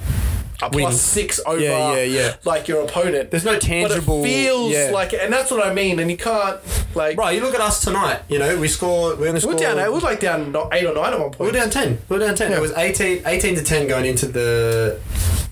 D: A
B: Wins.
D: plus six over,
B: Yeah, yeah, yeah.
D: like your opponent.
B: There's no tangible-
D: But it feels
B: yeah.
D: like, and that's what I mean. And you can't like.
B: Right, you look at us tonight. You know, we scored. We only
D: we're
B: scored.
D: down. We're like down no- eight or nine at one point.
B: we were down ten. We were down ten. It was 18, 18 to ten going into the.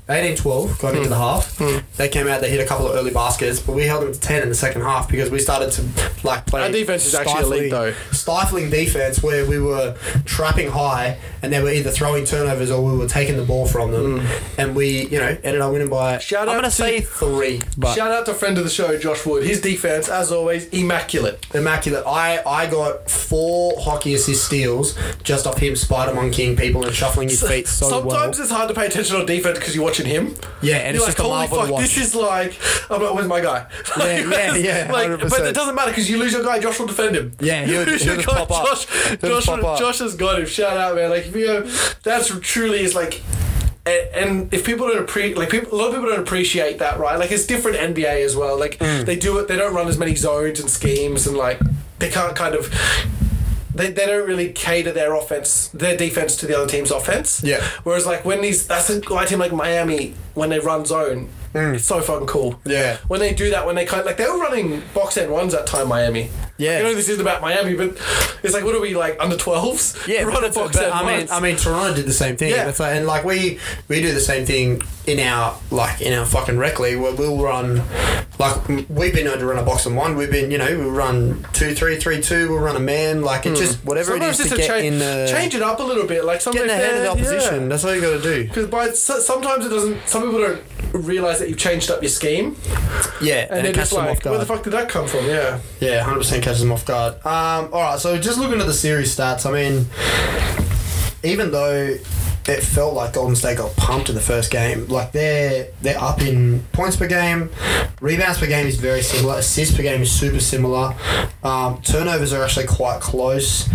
B: 18-12 going
D: Hmm.
B: into the half. They came out. They hit a couple of early baskets, but we held them to ten in the second half because we started to like play.
D: Our defense is actually elite,
B: stifling-
D: though.
B: stifling defense where we were trapping high and they were either throwing turnovers or we were taking the ball from them. And we, you know, ended up winning by.
D: Hmm. Shout out
B: I'm
D: to-
B: gonna say three, but
D: Shout out to friend of the show, Josh Wood. His defense, as always, immaculate.
B: immaculate. I I got four hockey assist steals just off him spider monkeying people and shuffling his feet so
D: Sometimes
B: well.
D: it's hard to pay attention on defense because you're watching him.
B: Yeah, and
D: you're
B: it's just a
D: like, holy
B: marvel to
D: fuck,
B: watch."
D: this is like, I'm like, where's my guy? Like,
B: yeah, yeah,
D: like,
B: 100%.
D: but it doesn't matter because you lose your guy, Josh will defend him. you
B: Yeah, he'll-
D: lose
B: he'll
D: your
B: just
D: guy,
B: pop up.
D: Josh,
B: He'll
D: Josh,
B: just pop up.
D: Josh has got him. Shout out, man. Like, if you go, that's truly is like. And, and if people don't appreciate, like people, a lot of people don't appreciate that, right? Like it's different NBA as well. Like
B: Mm.
D: they do it, they don't run as many zones and schemes, and like they can't kind of they, they don't really cater their offense, their defense to the other team's offense.
B: Yeah.
D: Whereas like when these, that's a guy team like Miami when they run zone, it's so fucking cool.
B: Mm. Yeah.
D: When they do that, when they kind of, like they were running box end ones that time Miami.
B: Yeah.
D: You know this isn't about Miami, but it's like what are we like under twelves?
B: Yeah,
D: Run a
B: but-
D: box
B: but
D: end
B: I mean,
D: ones.
B: I mean, Toronto did the same thing.
D: Yeah.
B: That's like, and like we we do the same thing in our like in our fucking rec league where we'll run like m- we've been able to run a box and one. We've been you know we'll run two three three two. We'll run a man like it just whatever
D: Hmm. Sometimes
B: it
D: just
B: is to
D: a
B: get
D: change,
B: in the
D: change it up a little bit. Like something
B: get in the head of the opposition. That's all you got to do.
D: Because by so- sometimes it doesn't. Some people don't realize that you've changed up your scheme,
B: Yeah,
D: and,
B: and,
D: they're
B: it catches
D: just
B: them off
D: like, "Where
B: guard.
D: the fuck did that come from?" Yeah.
B: Yeah, hundred percent catches them off guard. Um, all right, so just looking at the series stats, I mean, even though it felt like Golden State got pumped in the first game, like they're they're up in points per game, rebounds per game is very similar, assists per game is super similar, um, turnovers are actually quite close,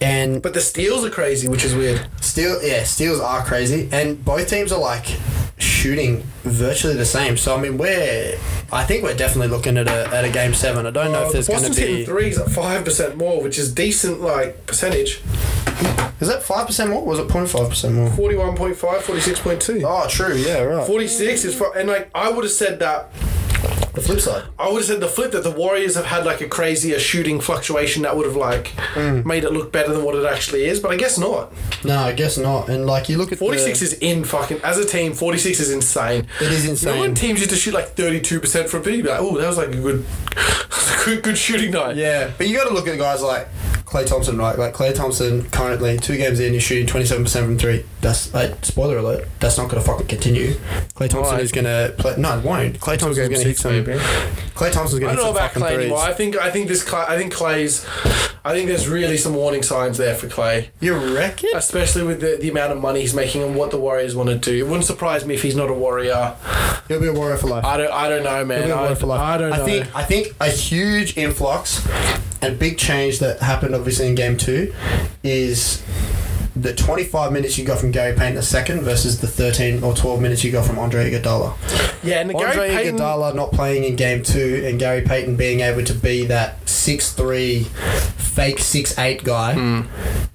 B: and
D: But the steals are crazy, which is weird.
B: Steal, yeah, steals are crazy, and both teams are like shooting virtually the same. So I mean, we're, I think we're definitely looking at a, at a game seven. I don't know if
D: Uh,
B: there's going
D: Boston's
B: to be.
D: hitting threes at five percent more, which is decent, like percentage.
B: Is that five percent more? Was it 05 percent more?
D: 41.5, 46.2.
B: Oh, true. Yeah, right.
D: 46 is fu- and like I would have said that
B: The flip side.
D: I would have said the flip that the Warriors have had like a crazier shooting fluctuation that would have like made it look better than what it actually is, but I guess not.
B: No, I guess not. And like you look at
D: 46
B: the,
D: is in fucking as a team. 46 is insane.
B: It is
D: You know when
B: insane.
D: teams used to shoot like 32% from big, like oh that was like a good, good, good shooting night.
B: yeah, but you got to look at guys like Clay Thompson, right? Like Clay Thompson currently two games in, he's shooting twenty seven percent from three. That's like spoiler alert. That's not going to fucking continue. Clay Thompson
D: Why?
B: is going to play. No, it won't. Clay Thompson's going to hit some. Clay Thompson's
D: I don't
B: going to hit
D: know
B: some
D: about
B: fucking
D: Clay
B: threes.
D: anymore. I think I think this Clay, I think Clay's I think there's really some warning signs there for Clay.
B: You reckon?
D: Especially with the, the amount of money he's making and what the Warriors want to do. It wouldn't surprise me if he's not a warrior.
B: He'll be a warrior for life.
D: I don't I don't know, man.
B: He'll be a
D: I,
B: warrior for life.
D: I don't know.
B: I think I think a huge influx and big change that happened obviously in game two is the 25 minutes you got from Gary Payton a second versus the 13 or 12 minutes you got from Andre Iguodala.
D: yeah, and the
B: Andre
D: Gary Payton
B: Iguodala not playing in game two and Gary Payton being able to be that six three fake six eight guy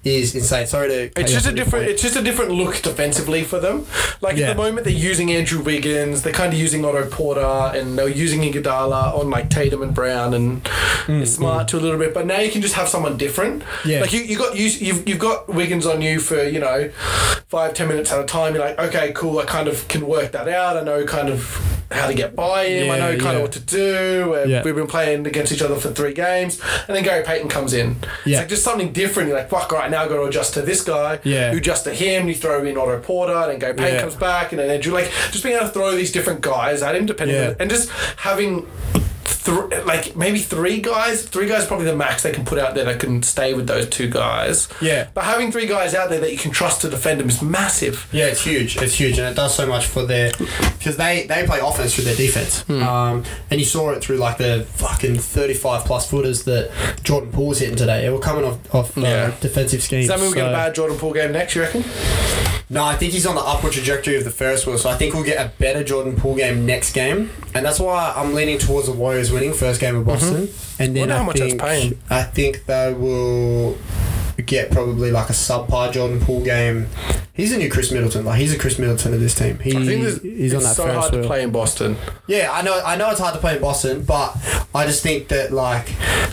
B: is insane. Sorry to
D: Hmm.
B: cut
D: It's
B: you
D: just a
B: off at this
D: different.
B: point.
D: It's just a different look defensively for them. Like
B: Yeah.
D: at the moment, they're using Andrew Wiggins. They're kind of using Otto Porter, and they're using Iguodala on like Tatum and Brown and it's Smart to a little bit. But now you can just have someone different.
B: Mm, Yeah.
D: Like you, you got you, you've you've got Wiggins on you for you know five ten minutes at a time. You're like, okay, cool. I kind of can work that out. I know kind of how to get by him. I
B: Yeah,
D: know kind
B: yeah.
D: of what to do. And
B: Yeah.
D: We've been playing against each other for three games, and then Gary Payton comes in.
B: Yeah.
D: It's like just something different. You're like, fuck, all right, now I've got to adjust to this guy.
B: Yeah.
D: You adjust to him, you throw in Otto Porter, and then go Payne
B: Yeah.
D: comes back, and then Andrew. Like, just being able to throw these different guys at him, depending
B: Yeah.
D: on. And just having. Th- like maybe three guys, three guys probably the max they can put out there that can stay with those two guys.
B: Yeah.
D: but having three guys out there that you can trust to defend them is massive.
B: Yeah, it's huge. It's huge, and it does so much for their because they they play offense through their defense.
D: Hmm.
B: Um, and you saw it through like the fucking thirty-five plus footers that Jordan Poole's hitting today. They were coming off off
D: Yeah.
B: uh, defensive schemes.
D: Does that mean we get a
B: so-
D: bad Jordan Poole game next? You reckon?
B: No, I think he's on the upward trajectory of the Ferris wheel, so I think we'll get a better Jordan Poole game next game, and that's why I'm leaning towards the Warriors winning first game of Boston, and then
D: Mm-hmm. Wonder
B: I
D: how much that's
B: think
D: paying.
B: I think they will get probably like a subpar Jordan Poole game. He's a new Chris Middleton. Like he's a Chris Middleton of this team. He,
D: I think this-
B: he's on
D: it's
B: that
D: so
B: Ferris
D: hard
B: wheel.
D: to play in Boston.
B: Yeah, I know. I know it's hard to play in Boston, but I just think that like,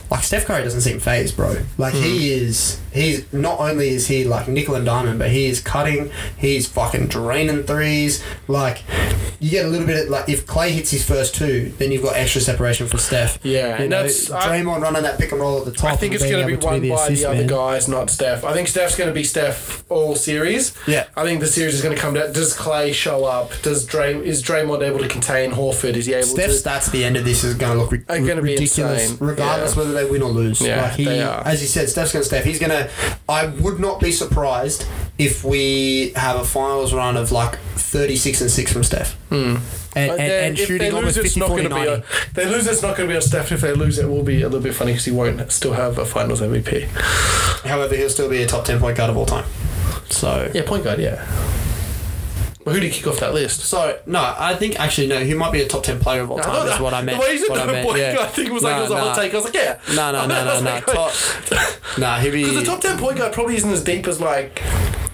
B: like Steph Curry doesn't seem phased, bro. Like he
D: Hmm.
B: is. He's not only is he like nickel and diamond, but he is cutting. He's fucking draining threes. Like you get a little bit of like if Clay hits his first two, then you've got extra separation for Steph.
D: Yeah,
B: you
D: and
B: know,
D: that's- I-
B: Draymond running that pick and roll at the top.
D: I think
B: and
D: it's
B: being
D: going to
B: able
D: be won by
B: assist
D: the other
B: man.
D: guys, not Steph. I think Steph's going to be Steph all series.
B: Yeah.
D: I think the series is going to come down. Does Clay show up? Does Dray is Draymond able to contain Horford? Is he able
B: Steph's
D: to?
B: stats at the end of this is going to look ri-
D: Are gonna be
B: ridiculous,
D: insane.
B: regardless
D: Yeah.
B: whether they win or lose.
D: Yeah,
B: like he,
D: they are.
B: as you said, Steph's going to Steph. He's going to. I would not be surprised if we have a finals run of like thirty-six and six from Steph, and,
D: Hmm. But
B: and,
D: then
B: and
D: if they
B: shooting
D: lose,
B: almost
D: it's
B: 50,
D: not
B: 40,
D: going to be.
B: 90.
D: On, if they lose, it's not going to be on Steph. If they lose, it will be a little bit funny because he won't still have a Finals MVP.
B: However, he'll still be a top ten point guard of all time. So.
D: Yeah, point guard. Yeah. But who do you kick off that list?
B: So no, I think actually no. He might be a top ten player of all time. Is what I meant.
D: The way you said
B: what
D: the
B: I meant.
D: point
B: yeah.
D: guard thing was like it was a hot take. I was like, yeah.
B: No, no, no,
D: I
B: no,
D: was
B: no.
D: like,
B: Top, nah, he'd be.
D: Because the top ten point guard probably isn't as deep as like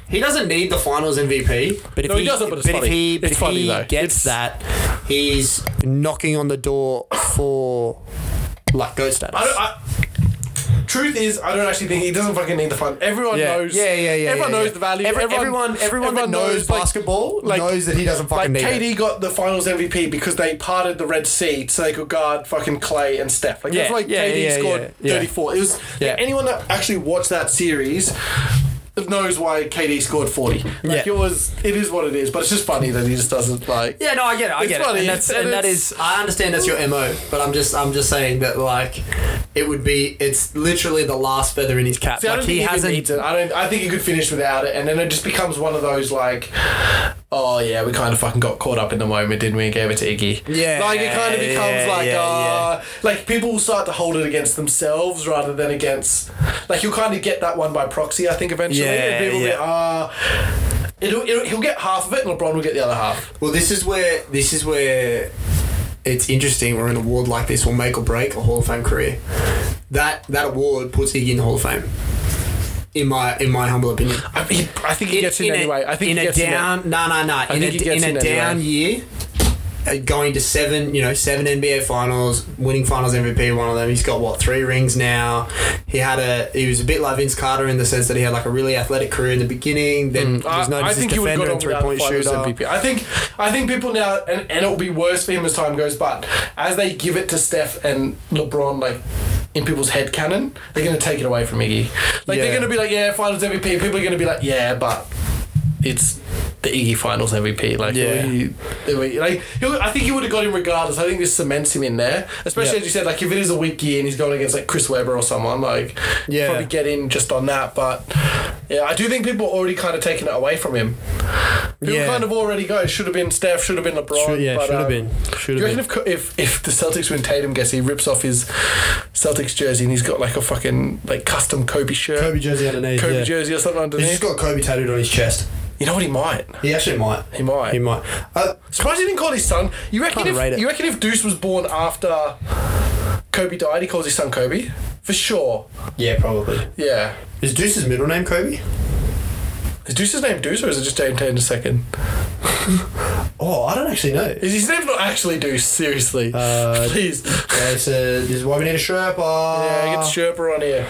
B: He doesn't need the finals MVP, but if
D: No, he doesn't, but it's funny.
B: if he, but
D: It's
B: if
D: funny,
B: he
D: though. It's-
B: gets that, he's knocking on the door for like ghost status.
D: I don't. I,
C: truth is, I don't actually think he doesn't fucking need the fun. Everyone
B: Yeah.
C: knows.
D: Yeah, yeah, yeah.
C: Everyone
D: yeah,
C: knows
D: yeah.
C: the value.
D: Every-
C: everyone,
D: everyone, everyone, that knows,
C: like-
D: basketball
C: like-
D: knows that he doesn't fucking
C: like
D: need it.
C: KD got the Finals MVP because they parted the Red Sea so they could guard fucking Clay and Steph. Like that's
B: Yeah,
C: why
B: yeah,
C: KD
B: yeah,
C: scored
B: yeah, yeah.
C: 34. It was
B: Yeah.
C: anyone that actually watched that series knows why KD scored 40. Like
B: Yeah.
C: it was, it is what it is. But it's just funny that he just doesn't like.
B: Yeah, no, I get it. I
C: It's
B: get
C: funny,
B: it. And, that's,
C: and
B: and that
C: it's-
B: is, I understand that's your mo, but I'm just, I'm just saying that like, it would be, it's literally the last feather in his cap.
C: See, I
B: like
C: don't think he hasn't. Needs it. I don't. I think he could finish without it, and then it just becomes one of those like, oh yeah, we kind of fucking got caught up in the moment, didn't we? And gave it to Iggy.
B: Yeah,
C: Like it kind of becomes
B: yeah,
C: like,
B: yeah,
C: uh, like people will start to hold it against themselves rather than against, like you'll kind of get that one by proxy. I think eventually,
B: Yeah,
C: and people will
B: yeah.
C: be, ah. It'll, it'll, he'll get half of it, and LeBron will get the other half.
B: Well, this is where this is where it's interesting. Where an award like this will make or break a Hall of Fame career. That that award puts Iggy in the Hall of Fame. In my in my humble opinion,
C: I, mean, I think he gets in,
B: a-
C: anyway. I think
B: in
C: he
B: a
C: gets in it.
B: down no no no in
C: think
B: a,
C: he gets
B: in
C: in
B: a down
C: anyway.
B: year. uh, Going to seven, you know, seven NBA finals, winning finals MVP, one of them. He's got what three rings now. He had a, he was a bit like Vince Carter in the sense that he had like a really athletic career in the beginning. Then
C: Mm, I-
B: was known
C: I
B: as this
C: think he would have
B: defender
C: got
B: and three point shooter.
C: MVP. I think I think people now and, and it will be worse for him as time goes. But as they give it to Steph and LeBron, like in people's head cannon, they're gonna take it away from Iggy. Like
B: Yeah.
C: they're gonna be like, yeah, Finals MVP. People are gonna be like, yeah, but it's the Iggy Finals MVP. Like,
B: Yeah.
C: he- he- like he'll, I think he would have got him regardless. I think this cements him in there, especially
B: Yeah.
C: as you said. Like if it is a weak year and he's going against like Chris Webber or someone, like
B: Yeah.
C: probably get in just on that. But yeah, I do think people are already kind of taking it away from him. People
B: Yeah.
C: kind of already go. Should have been Steph. Should have been LeBron.
B: Should- yeah,
C: but,
B: should have
C: um,
B: been. Should
C: Do you
B: have
C: reckon
B: been.
C: if, Co- if if the Celtics win, Tatum gets he rips off his Celtics jersey and he's got like a fucking like custom Kobe shirt,
D: Kobe
C: Kobe,
D: jersey underneath. yeah.
C: jersey or something
D: He's
C: underneath.
D: just got Kobe tattooed on his chest.
C: you know what? He might.
D: He actually might.
C: He might.
D: He might. Uh,
C: Surprised he didn't call his son. You reckon?
B: Can't rate it.
C: If, you reckon if Deuce was born after Kobe died, he calls his son Kobe for sure.
D: yeah, probably.
C: Yeah.
D: Is Deuce's middle name Kobe?
C: Is Deuce's name Deuce or is it just James Tatum second?
D: Oh, I don't actually know.
C: Is his name not actually Deuce? Seriously,
D: Uh,
C: please.
D: Yeah, it's a, this is why we need a Sherpa. Ah.
C: yeah, get Sherpa on here.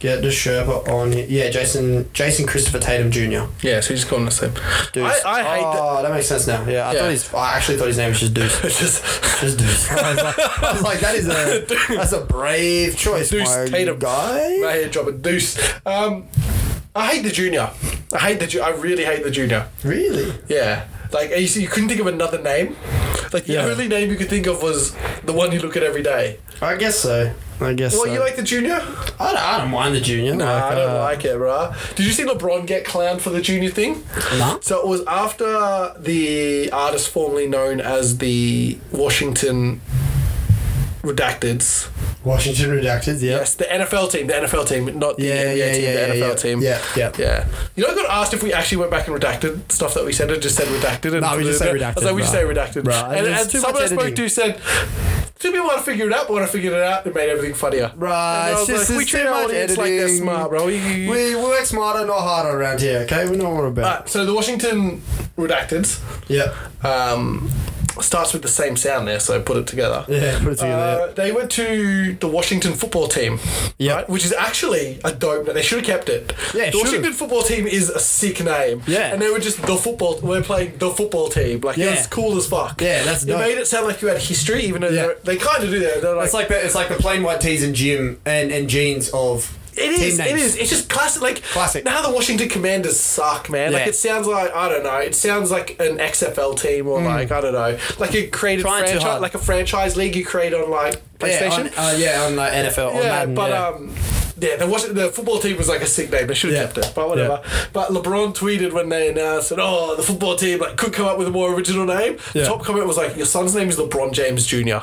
D: Get the Sherpa on. here. Yeah, Jason Jason Christopher Tatum Jr.
C: Yeah, so you just call him the same.
D: Deuce.
C: I, I hate that.
D: oh, that. makes sense now. Yeah, I
C: Yeah.
D: thought his, I actually thought his name was just Deuce.
C: It's just
D: Just Deuce. I was like, I was like, that is a that's a brave choice,
C: Deuce
D: my
C: Tatum.
D: guy.
C: my head dropping Deuce. Um, I hate the junior. I hate the. Ju- I really hate the junior.
D: Really?
C: Yeah. Like you, see, you couldn't think of another name. Like the
D: Yeah.
C: only name you could think of was the one you look at every day.
D: I guess so. I guess.
C: Well,
D: so.
C: you like the junior?
D: I, don't, I don't mind the junior.
C: Nah, I don't
D: uh,
C: like it, bruh. Did you see LeBron get clowned for the junior thing?
B: Nah.
C: So it was after the uh, artist formerly known as the Washington Redacteds.
D: Washington Redacted. Yeah.
C: Yes, the NFL team, the NFL team, not the
D: Yeah,
C: NBA
D: yeah,
C: team,
D: yeah,
C: the
D: yeah,
C: NFL
D: yeah.
C: team.
D: Yeah, yeah.
C: yeah. You know, I got asked if we actually went back and redacted stuff that we said, and just said redacted. And
D: Nah, we just say
C: I was
D: redacted,
C: like, we just say
D: bruh.
C: redacted.
D: Bruh,
C: and
D: there's
C: and
D: too
C: someone
D: much
C: I spoke
D: editing.
C: to said, took me a while to figure it out, but when I figured it out, it made everything funnier.
D: Right,
C: And I
D: it's
C: was
D: just-
C: like, we
D: it's
C: treat
D: too
C: our
D: much
C: audience like they're
D: editing.
C: smart, bro. You- you- you-
D: We work smarter, not harder around here. Okay, we're not all about.
C: Right, so the Washington Redacteds
D: Yeah.
C: um, starts with the same sound there, so put it together.
D: Yeah. Put it together.
C: Uh, they went to the Washington football team,
D: Yeah.
C: which is actually a dope name. They should have kept it.
D: Yeah,
C: the
D: should've.
C: Washington football team is a sick name.
D: Yeah.
C: and they were just the football. We're playing the football team. Like it
D: Yeah.
C: was cool as fuck.
D: Yeah, that's
C: It
D: dope.
C: made it sound like you had history, even though
D: Yeah.
C: they're- they kind of do that. They're like,
B: It's like the, it's like the plain white tees and gym and, and jeans of
C: it
B: team
C: is. It
B: names.
C: is. It's just classic. Like
D: Classic.
C: Now the Washington Commanders suck, man. Like
B: Yeah.
C: it sounds like I don't know. It sounds like an XFL team
D: Hmm.
C: or like I don't know, like a created
B: Trying too
C: franchise,
B: hard.
C: like a franchise league you create on like
B: Yeah,
C: PlayStation.
B: on, uh, yeah, on like NFL. on
C: Yeah,
B: Madden,
C: but
B: yeah.
C: um, yeah, the, Wash- the football team was like a sick name. They should have
D: Yeah.
C: kept it, but whatever. But LeBron tweeted when they announced that, oh, the football team like, could come up with a more original name. The
D: Yeah.
C: top comment was like, your son's name is LeBron James Jr.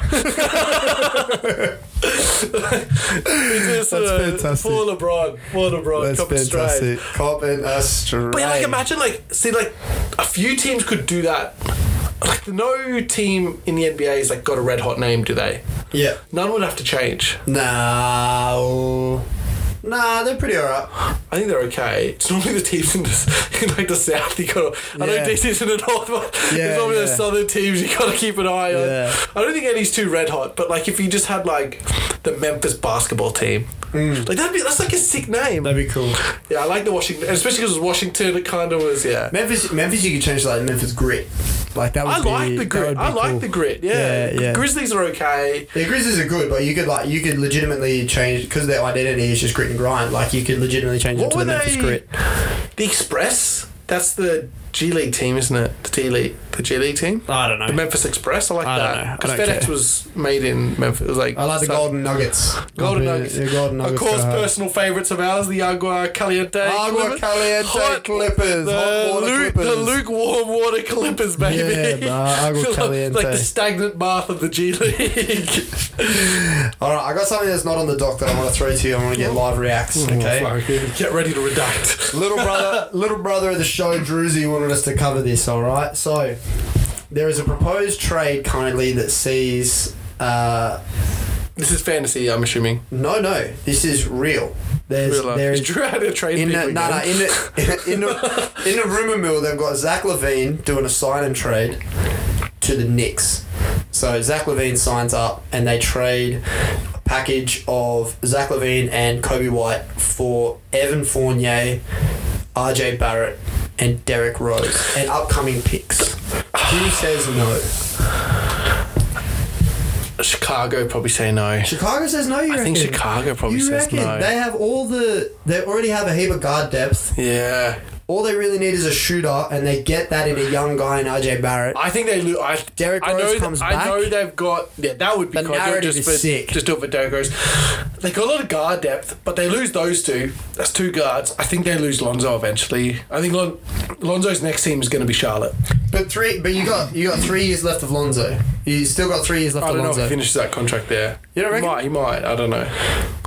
C: That's
D: fantastic.
C: uh, Poor LeBron. Poor LeBron. coming straight.
D: Cop and a straight.
C: But yeah, like imagine like see like a few teams could do that. Like no team in the NBA has like got a red hot name, do they?
D: Yeah.
C: None would have to change.
D: No. Nah, they're pretty alright.
C: I I think they're okay. It's normally the teams in, the, in like the south. You got. to I know
B: Yeah.
C: DC's in the north, but
B: Yeah,
C: it's normally
B: yeah.
C: the southern teams you got to keep an eye on.
B: Yeah.
C: I don't think Eddie's too red hot, but like if you just had like the Memphis basketball team, like that'd be that's like a sick name.
B: That'd be cool.
C: yeah, I like the Washington, especially because it was Washington. It kind of was. Yeah,
B: Memphis, Memphis, you could change to, like Memphis grit. Like that would
C: I
B: be.
C: like the
B: that would
C: grit.
B: be
C: I like
B: cool.
C: the grit. Yeah,
B: Yeah, yeah.
C: Grizzlies are okay.
B: The Grizzlies are good, but you could like you could legitimately change because their identity is just grit and grind. Like you could legitimately change
C: What
B: it to
C: were
B: the Memphis
C: they-
B: grit.
C: The Express. That's the G League team, isn't it? The G League. The G League team.
E: I don't know.
C: The Memphis Express. I
B: Ah,
C: like
E: I don't know. I
C: that because
E: don't
C: FedEx
E: care.
C: was made in Memphis. It was like
B: I like the
C: so-
B: Golden Nuggets.
C: Golden
B: The-
C: Nuggets.
B: The Golden
C: Of
B: Nuggets.
C: course,
B: go hard.
C: personal favourites of ours, the Agua Caliente.
B: Agua
C: Clippers.
B: Caliente
C: Hot-
B: Clippers. hot
C: The,
B: water
C: lu-
B: Clippers.
C: the lukewarm water Clippers, baby.
B: Yeah, bro, Agua
C: Like-
B: Caliente.
C: Like the stagnant bath of the G League.
B: All right, I got something that's not on the dock that I want to throw to you. I want to get live reacts. Okay.
C: Get ready to redact.
B: little brother, little brother of the show, Druzy, wanted us to cover this. All right, so there is a proposed trade currently that sees. Uh,
C: This is fantasy, I'm assuming.
B: no, no, this is real. There's
C: Real life.
B: there
C: Is
B: is.
C: Drew out of trade
B: In
C: people
B: the, no, no,
C: again?
B: in the, in the, in the rumor mill, they've got Zach Levine doing a sign and trade to the Knicks. So Zach Levine signs up and they trade a package of Zach Levine and Kobe White for Evan Fournier, RJ Barrett, and Derek Rose and upcoming picks. Who says no?
C: Chicago probably say no.
B: Chicago says no. You
C: I
B: reckon?
C: think Chicago probably
B: You
C: says
B: reckon
C: no.
B: they have all the? They already have a heap of guard depth.
C: yeah,
B: All they really need is a shooter, and they get that in a young guy in RJ Barrett.
C: I think they lose. I,
B: Derrick
C: I know,
B: Rose comes
C: I
B: back.
C: know they've got. Yeah, that would be
B: The
C: cool. Do it
B: narrative
C: just
B: is
C: for,
B: sick.
C: Just do it for Derrick Rose. They got a lot of guard depth, but they lose those two. That's two guards. I think they lose Lonzo eventually. I think Lon- Lonzo's next team is going to be Charlotte.
B: But three, but you got you got three years left of Lonzo. You still got three years left
C: I
B: of
C: don't know if
B: Lonzo.
C: he finishes that contract there.
B: You don't
C: he
B: reckon?
C: might. He might. I don't know.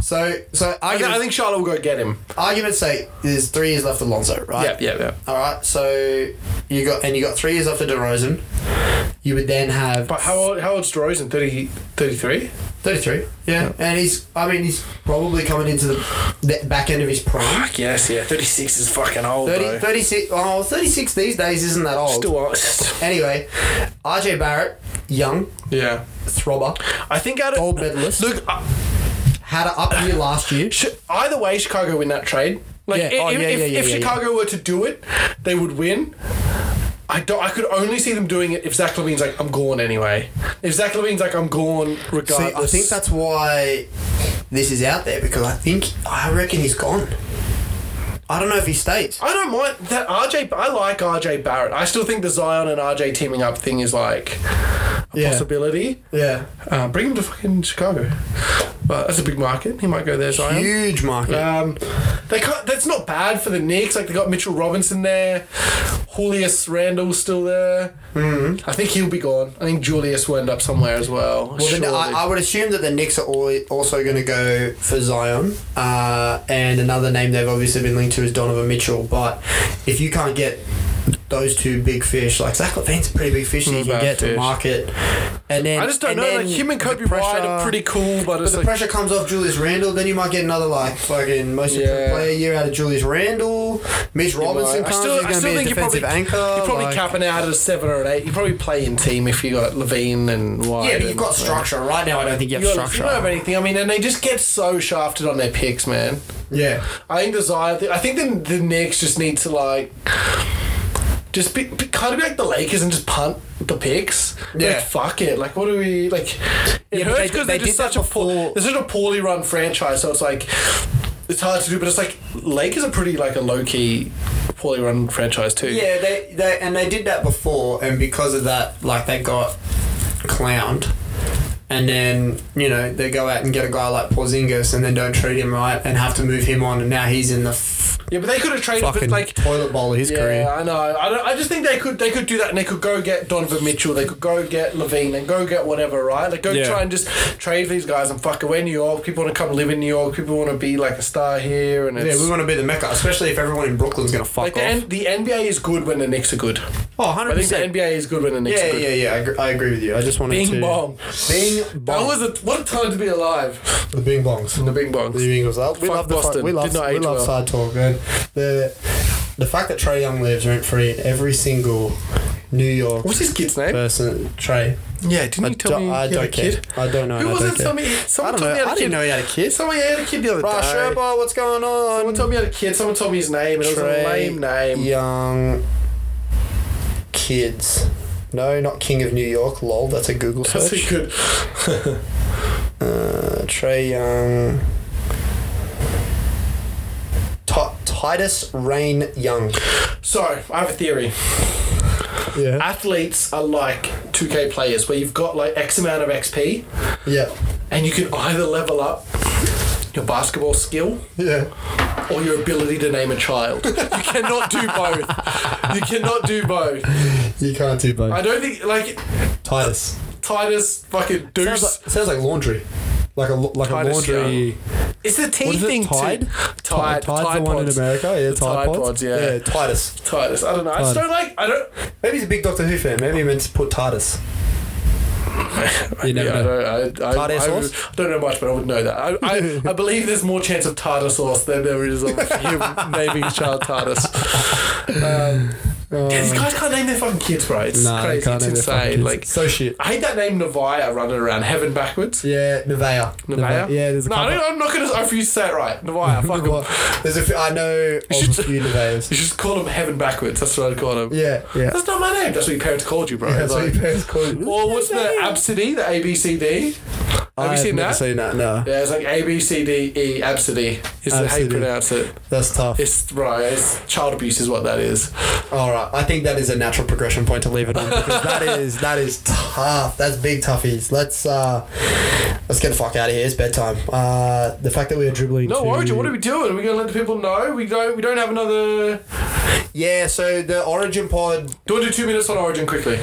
B: so so
C: I,
B: argument,
C: I think Charlotte will go get him.
B: argument's sake, there's three years left of Lonzo, right?
C: Yeah, yeah, yeah.
B: All right. So you got and you got three years left of DeRozan. You would then have
C: But how old? How old's DeRozan? 30, 33?
B: thirty-three. Yeah. and he's I mean he's probably coming into the, the back end of his prime.
C: Fuck yes, yeah. Thirty six is fucking old
B: 30, 36, oh, 36 these days isn't that old.
C: Still old.
B: Anyway, RJ Barrett, young,
C: yeah.
B: throbber,
C: I think out of
B: gold medalist,
C: look. I,
B: had an up year last year.
C: Sh- either way, Chicago win that trade. Like
B: Yeah.
C: i-
B: Oh,
C: if,
B: yeah,
C: if,
B: yeah, yeah,
C: if
B: yeah,
C: Chicago were to do it, they would win. I don't. I could only see them doing it if Zach Levine's like, I'm gone anyway. If Zach Levine's like, I'm gone regardless.
B: See, I think that's why this is out there because I think I reckon he's gone. I don't know if he stays.
C: I don't mind that RJ. I like RJ Barrett. I still think the Zion and RJ teaming up thing is like a
B: Yeah.
C: possibility.
B: Yeah,
C: Uh, bring him to fucking Chicago. But that's a big market. He might go there. Zion.
B: huge market.
C: Um, they can't, that's not bad for the Knicks. Like they got Mitchell Robinson there, Julius Randle's still there. Mm-hmm. I think he'll be gone. I think Julius will end up somewhere as well.
B: well, then
C: surely.
B: I, I would assume that the Knicks are al- also going to go for Zion, uh, and another name they've obviously been linked to is Donovan Mitchell. But if you can't get those two big fish, like Zach Levine's a pretty big fish that you
C: Not a
B: can
C: bad
B: get to
C: fish.
B: market, and then
C: I just don't
B: and
C: know.
B: then
C: Like him and Kobe
B: the pressure-
C: White are pretty cool, but
B: But
C: it's
B: the
C: like
B: pressure comes off Julius Randle, then you might get another like fucking most improved
C: Yeah.
B: player year out of Julius Randle. Mitch Robinson
C: I
B: comes,
C: still-
B: he's
C: I
B: going to
C: still
B: be a
C: think you probably-
B: defensive anchor.
C: you're probably
B: like-
C: capping out at a seven or an eight. You probably play in team if you got Levine and White.
B: yeah, but you've
C: and-
B: got structure. Right now, I don't think you have
C: You, got, you
B: structure.
C: don't have anything. I mean, and they just get so shafted on their picks, man.
B: yeah,
C: I think the Zion. I think the the Knicks just need to like. Just be, be kind of like the Lakers and just punt the picks.
B: Yeah.
C: Like, fuck it. Like, what do we like? It
B: Yeah, but
C: hurts
B: they-
C: because
B: they
C: they're just
B: did that
C: such a poor.
B: before-
C: They're such a poorly run franchise. So it's like it's hard to do. But it's like Lakers are pretty like a low key, poorly run franchise too.
B: yeah. They, they and they did that before, and because of that, like they got clowned. And then you know they go out and get a guy like Porzingis, and then don't treat him right, and have to move him on, and now he's in the f-
C: Yeah, but they could have traded. But
B: fucking
C: like.
B: toilet bowl of his career.
C: Yeah, I know. I, don't, I just think they could they could do that, and they could go get Donovan Mitchell, they could go get Levine, and go get whatever, right? Like go
E: Yeah.
C: try and just trade for these guys and fuck away New York. People want to come live in New York. People want to be like a star here, and it's,
B: Yeah, we want to be the mecca, especially if everyone in Brooklyn's gonna fuck
C: like the,
B: off.
C: N- the NBA is good when the Knicks are good.
E: Oh,
C: I think the
E: 100%.
C: NBA is good when the Knicks
B: Yeah,
C: are good.
B: yeah, yeah. I, agree, I agree with you. I just wanted to.
E: Bing bong.
B: Bing
C: That
B: bong.
C: was a, what a time to be alive.
B: the Bing bongs.
C: The Bing
B: The
C: Bongs.
B: Bing bongs. Love- We
C: Fuck
B: love the
C: Boston.
B: Boston. We love,
C: Did not
B: we
C: age
B: love
C: well.
B: side talk. And the the fact that Trey Young lives rent free in every single New York
C: What's his kid's name?
B: person. Trey.
C: Yeah, didn't
B: Uh, I,
C: you tell
B: don't-
C: me
B: I
C: he had a
B: don't care.
C: kid?
B: I don't know.
C: Who
B: I
C: was
B: don't
C: it?
B: care.
C: Somebody,
B: I
C: someone
B: don't
C: told
B: know.
C: me he had
B: I
C: a
B: didn't
C: kid.
B: know he had a kid.
C: Someone had a kid the other
B: Right,
C: day.
B: Sherpa, what's going on?
C: Someone told me he had a kid. Someone told me his name, and it was
B: Trey
C: a lame name.
B: Young kids. No, not King of New York. Lol, that's a Google
C: That's a
B: search.
C: good.
B: Uh, Trey Young. Ti- Titus Rain Young.
C: So I have a theory.
B: Yeah.
C: Athletes are like 2K players, where you've got like X amount of XP,
B: Yeah.
C: and you can either level up your basketball skill
B: Yeah.
C: or your ability to name a child. You cannot do both. You cannot do both.
B: You can't do both.
C: I don't think like
B: Titus.
C: Titus fucking
B: Sounds
C: Deuce.
B: like, sounds like laundry. Like a lo- like
C: Titus
B: a laundry.
C: it's the T
B: What is it,
C: thing. too.
B: Tide?
C: Tide.
B: Tide's
C: Tide
B: the one in
C: Pods.
B: America. Yeah,
C: The
B: Tide,
C: Tide
B: pods.
C: Pods, yeah.
B: Yeah, Titus.
C: Titus. I don't know. I just
B: Tide.
C: don't like. I don't.
B: Maybe he's a big Doctor Who fan. Maybe he meant to put Titus. you never
C: Yeah,
B: know.
C: I don't. I, I,
B: Tartar
C: I,
B: sauce?
C: I don't know much, but I would know that. I, I, I believe there's more chance of tartar sauce than there is of you naming a child tartus. Um, yeah, these guys can't name their fucking kids, bro. It's
B: Nah, they
C: crazy.
B: can't
C: it's
B: name their fucking
C: insane.
B: kids.
C: Like
B: so shit.
C: I hate that name Navaya running around heaven backwards.
B: Yeah, Nevea.
C: Navaya.
B: Yeah, there's a
C: no. I
B: couple.
C: don't, I'm not gonna. I refuse to say it right. Navaya. Fuck 'em.
B: There's a few, I know of
C: should-
B: a few Neveas.
C: You should just call him heaven backwards. That's what I'd call him.
B: Yeah, yeah.
C: That's not my name. That's what your parents called you, bro.
B: That's what
C: Like-
B: your parents call it.
C: or what's the absidy? The ABCD? Have you seen
B: never
C: that?
B: seen that, no.
C: Yeah, it's like A B C D E absidy. Is how
B: Absidy.
C: you pronounce it?
B: That's tough.
C: It's right. It's child abuse is what that is.
B: All right, I think that is a natural progression point to leave it on because that is that is tough. That's big toughies. Let's uh, let's get the fuck out of here. It's bedtime. Uh, the fact that we are dribbling. to-
C: No Oh, origin. What are we doing? Are we gonna let the people know? We don't. We don't have another.
B: Yeah, so the Origin pod.
C: Do you want to do two minutes on origin quickly?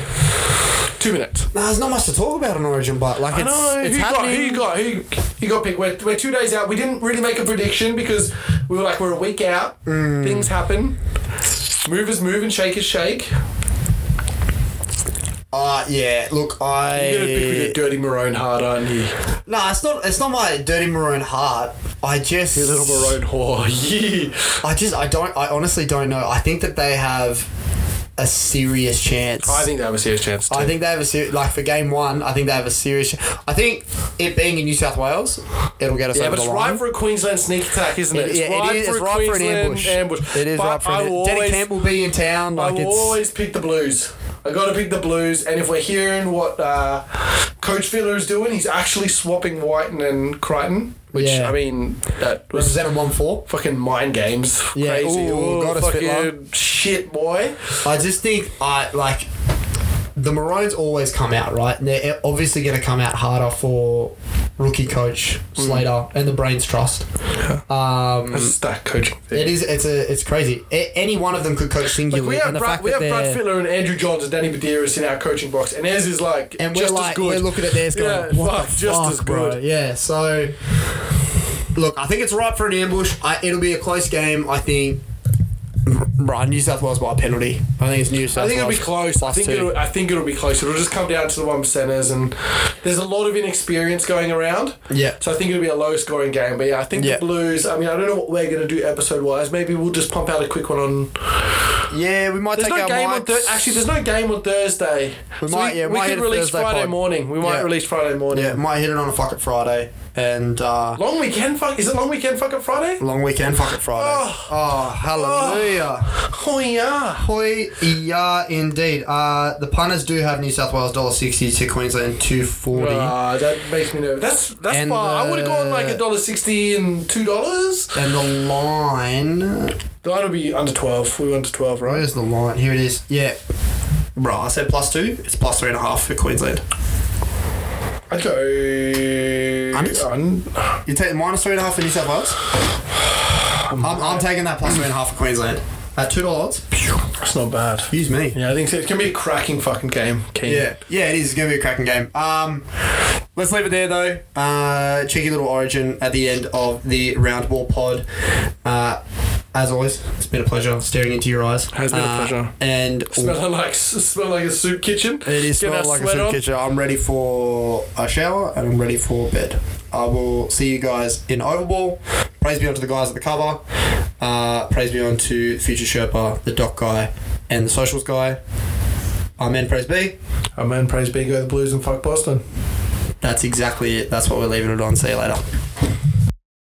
C: Two minutes.
B: Nah, there's not much to talk about on Origin, but like it's it's
C: who got, who
B: happening.
C: you got? Who you who you got? Pick. We're, we're two days out. We didn't really make a prediction because we were like we're a week out.
B: Mm.
C: Things happen. Movers move and shakers shake.
B: Uh, yeah. Look, I.
C: You're gonna pick with your dirty maroon heart, aren't you?
B: Nah, it's not. It's not my dirty maroon heart. I just.
C: Your little maroon whore. Yeah.
B: I just. I don't. I honestly don't know. I think that they have a serious chance.
C: I think they have a serious chance. Too.
B: I think they have a serious. Like for game one, I think they have a serious. I think it being in New South Wales, it'll get us
C: Yeah,
B: over
C: but it's
B: the
C: right
B: line.
C: for a Queensland sneak attack, isn't it?
B: It- yeah, it
C: ripe
B: is-
C: a
B: it's ripe for an
C: Queensland
B: ambush. It is
C: But
B: right for
C: I
B: an
C: will
B: ambush. Denny
C: always-
B: Camp will be in town.
C: I
B: Like
C: will
B: it's.
C: always pick the Blues. I got to pick the Blues, and if we're hearing what uh, Coach Villa is doing, he's actually swapping Whiten and Crichton, which
B: Yeah.
C: I mean, that was
B: Represent one four.
C: fucking mind games.
B: Yeah,
C: Crazy.
B: ooh,
C: Ooh,
B: got us, Fittler.
C: fucking shit, boy.
B: I just think I like the Maroons always come out right. And they're obviously going to come out harder for rookie coach Slater and the Brains Trust. Um,
C: Hmm. That's a stack coaching thing.
B: it is. It's a. It's crazy. A- any one of them could coach
C: Like,
B: singularly.
C: we have,
B: and the
C: Brad,
B: fact
C: we
B: that
C: have Brad
B: they're-
C: Fittler and Andrew Johns and Danny Medeiros in our coaching box, and theirs is like
B: and we're
C: just
B: like
C: as good.
B: we're looking at theirs going,
C: Yeah,
B: what
C: fuck,
B: the
C: just
B: fuck,
C: as
B: bro?
C: good.
B: Yeah, so look, I think it's ripe for an ambush. I, it'll be a close game. I think. Bro, New South Wales by a penalty. I think it's New South.
C: I think it'll be
B: Wales
C: close. I
B: plus
C: think
B: two.
C: it'll, I think it'll be close. It'll just come down to the one percenters, and there's a lot of inexperience going around.
B: Yeah.
C: So I think it'll be a low scoring game. But yeah, I think
B: Yeah.
C: the Blues. I mean, I don't know what we're gonna do episode wise. Maybe we'll just pump out a quick one on.
B: Yeah, we might
C: There's
B: take
C: no
B: our
C: game on
B: mics.
C: Thur- actually. There's no game on Thursday.
B: We might- yeah, we
C: we
B: might
C: could
B: hit a
C: release
B: Thursday
C: Friday
B: pod.
C: morning. We might
B: Yeah.
C: release Friday morning.
B: yeah, might hit it on a fuck it Friday and uh,
C: Long weekend. Fuck. Is it long weekend? Fuck it Friday.
B: long weekend. Fuck it Friday.
C: Oh.
B: Oh, hallelujah!
C: Oh yeah.
B: Hoi, yeah, indeed. Uh, the punters do have New South Wales dollar sixty to Queensland two forty.
C: Ah, that makes me nervous. That's that's
B: And,
C: far. I would have gone
B: uh,
C: like a dollar sixty and two dollars.
B: And the line.
C: That would be under twelve. We were under twelve, right?
B: Where's the line? Here it is. Yeah. Bro, I said plus two. It's plus three and a half for Queensland.
C: I'd go.
B: Under?
C: Un-
B: You take minus three and a half for New South Wales? I'm, I'm taking that plus three and a half for Queensland. At two dollars.
C: That's not bad.
B: Use me.
C: Yeah, I think so. it can be a cracking fucking game. Keen.
B: Yeah, yeah, it is. It's gonna be a cracking game. Um, let's leave it there though. Uh, cheeky little origin at the end of the round ball pod. Uh, as always, it's been a pleasure staring into your eyes. Uh,
C: Has been a pleasure.
B: And
D: Smell like smell like a soup kitchen.
B: it is
D: Get
B: smelled
D: our
B: like a
D: sweat
B: soup
D: on.
B: kitchen. I'm ready for a shower and I'm ready for bed. I will see you guys in Oval. Praise be on to the guys at the cover. Uh, praise be on to Future Sherpa, the Doc guy, and the Socials guy. Amen. Praise be.
C: Amen. Praise be. Go the Blues and fuck Boston.
B: That's exactly it. That's what we're leaving it on. See you later.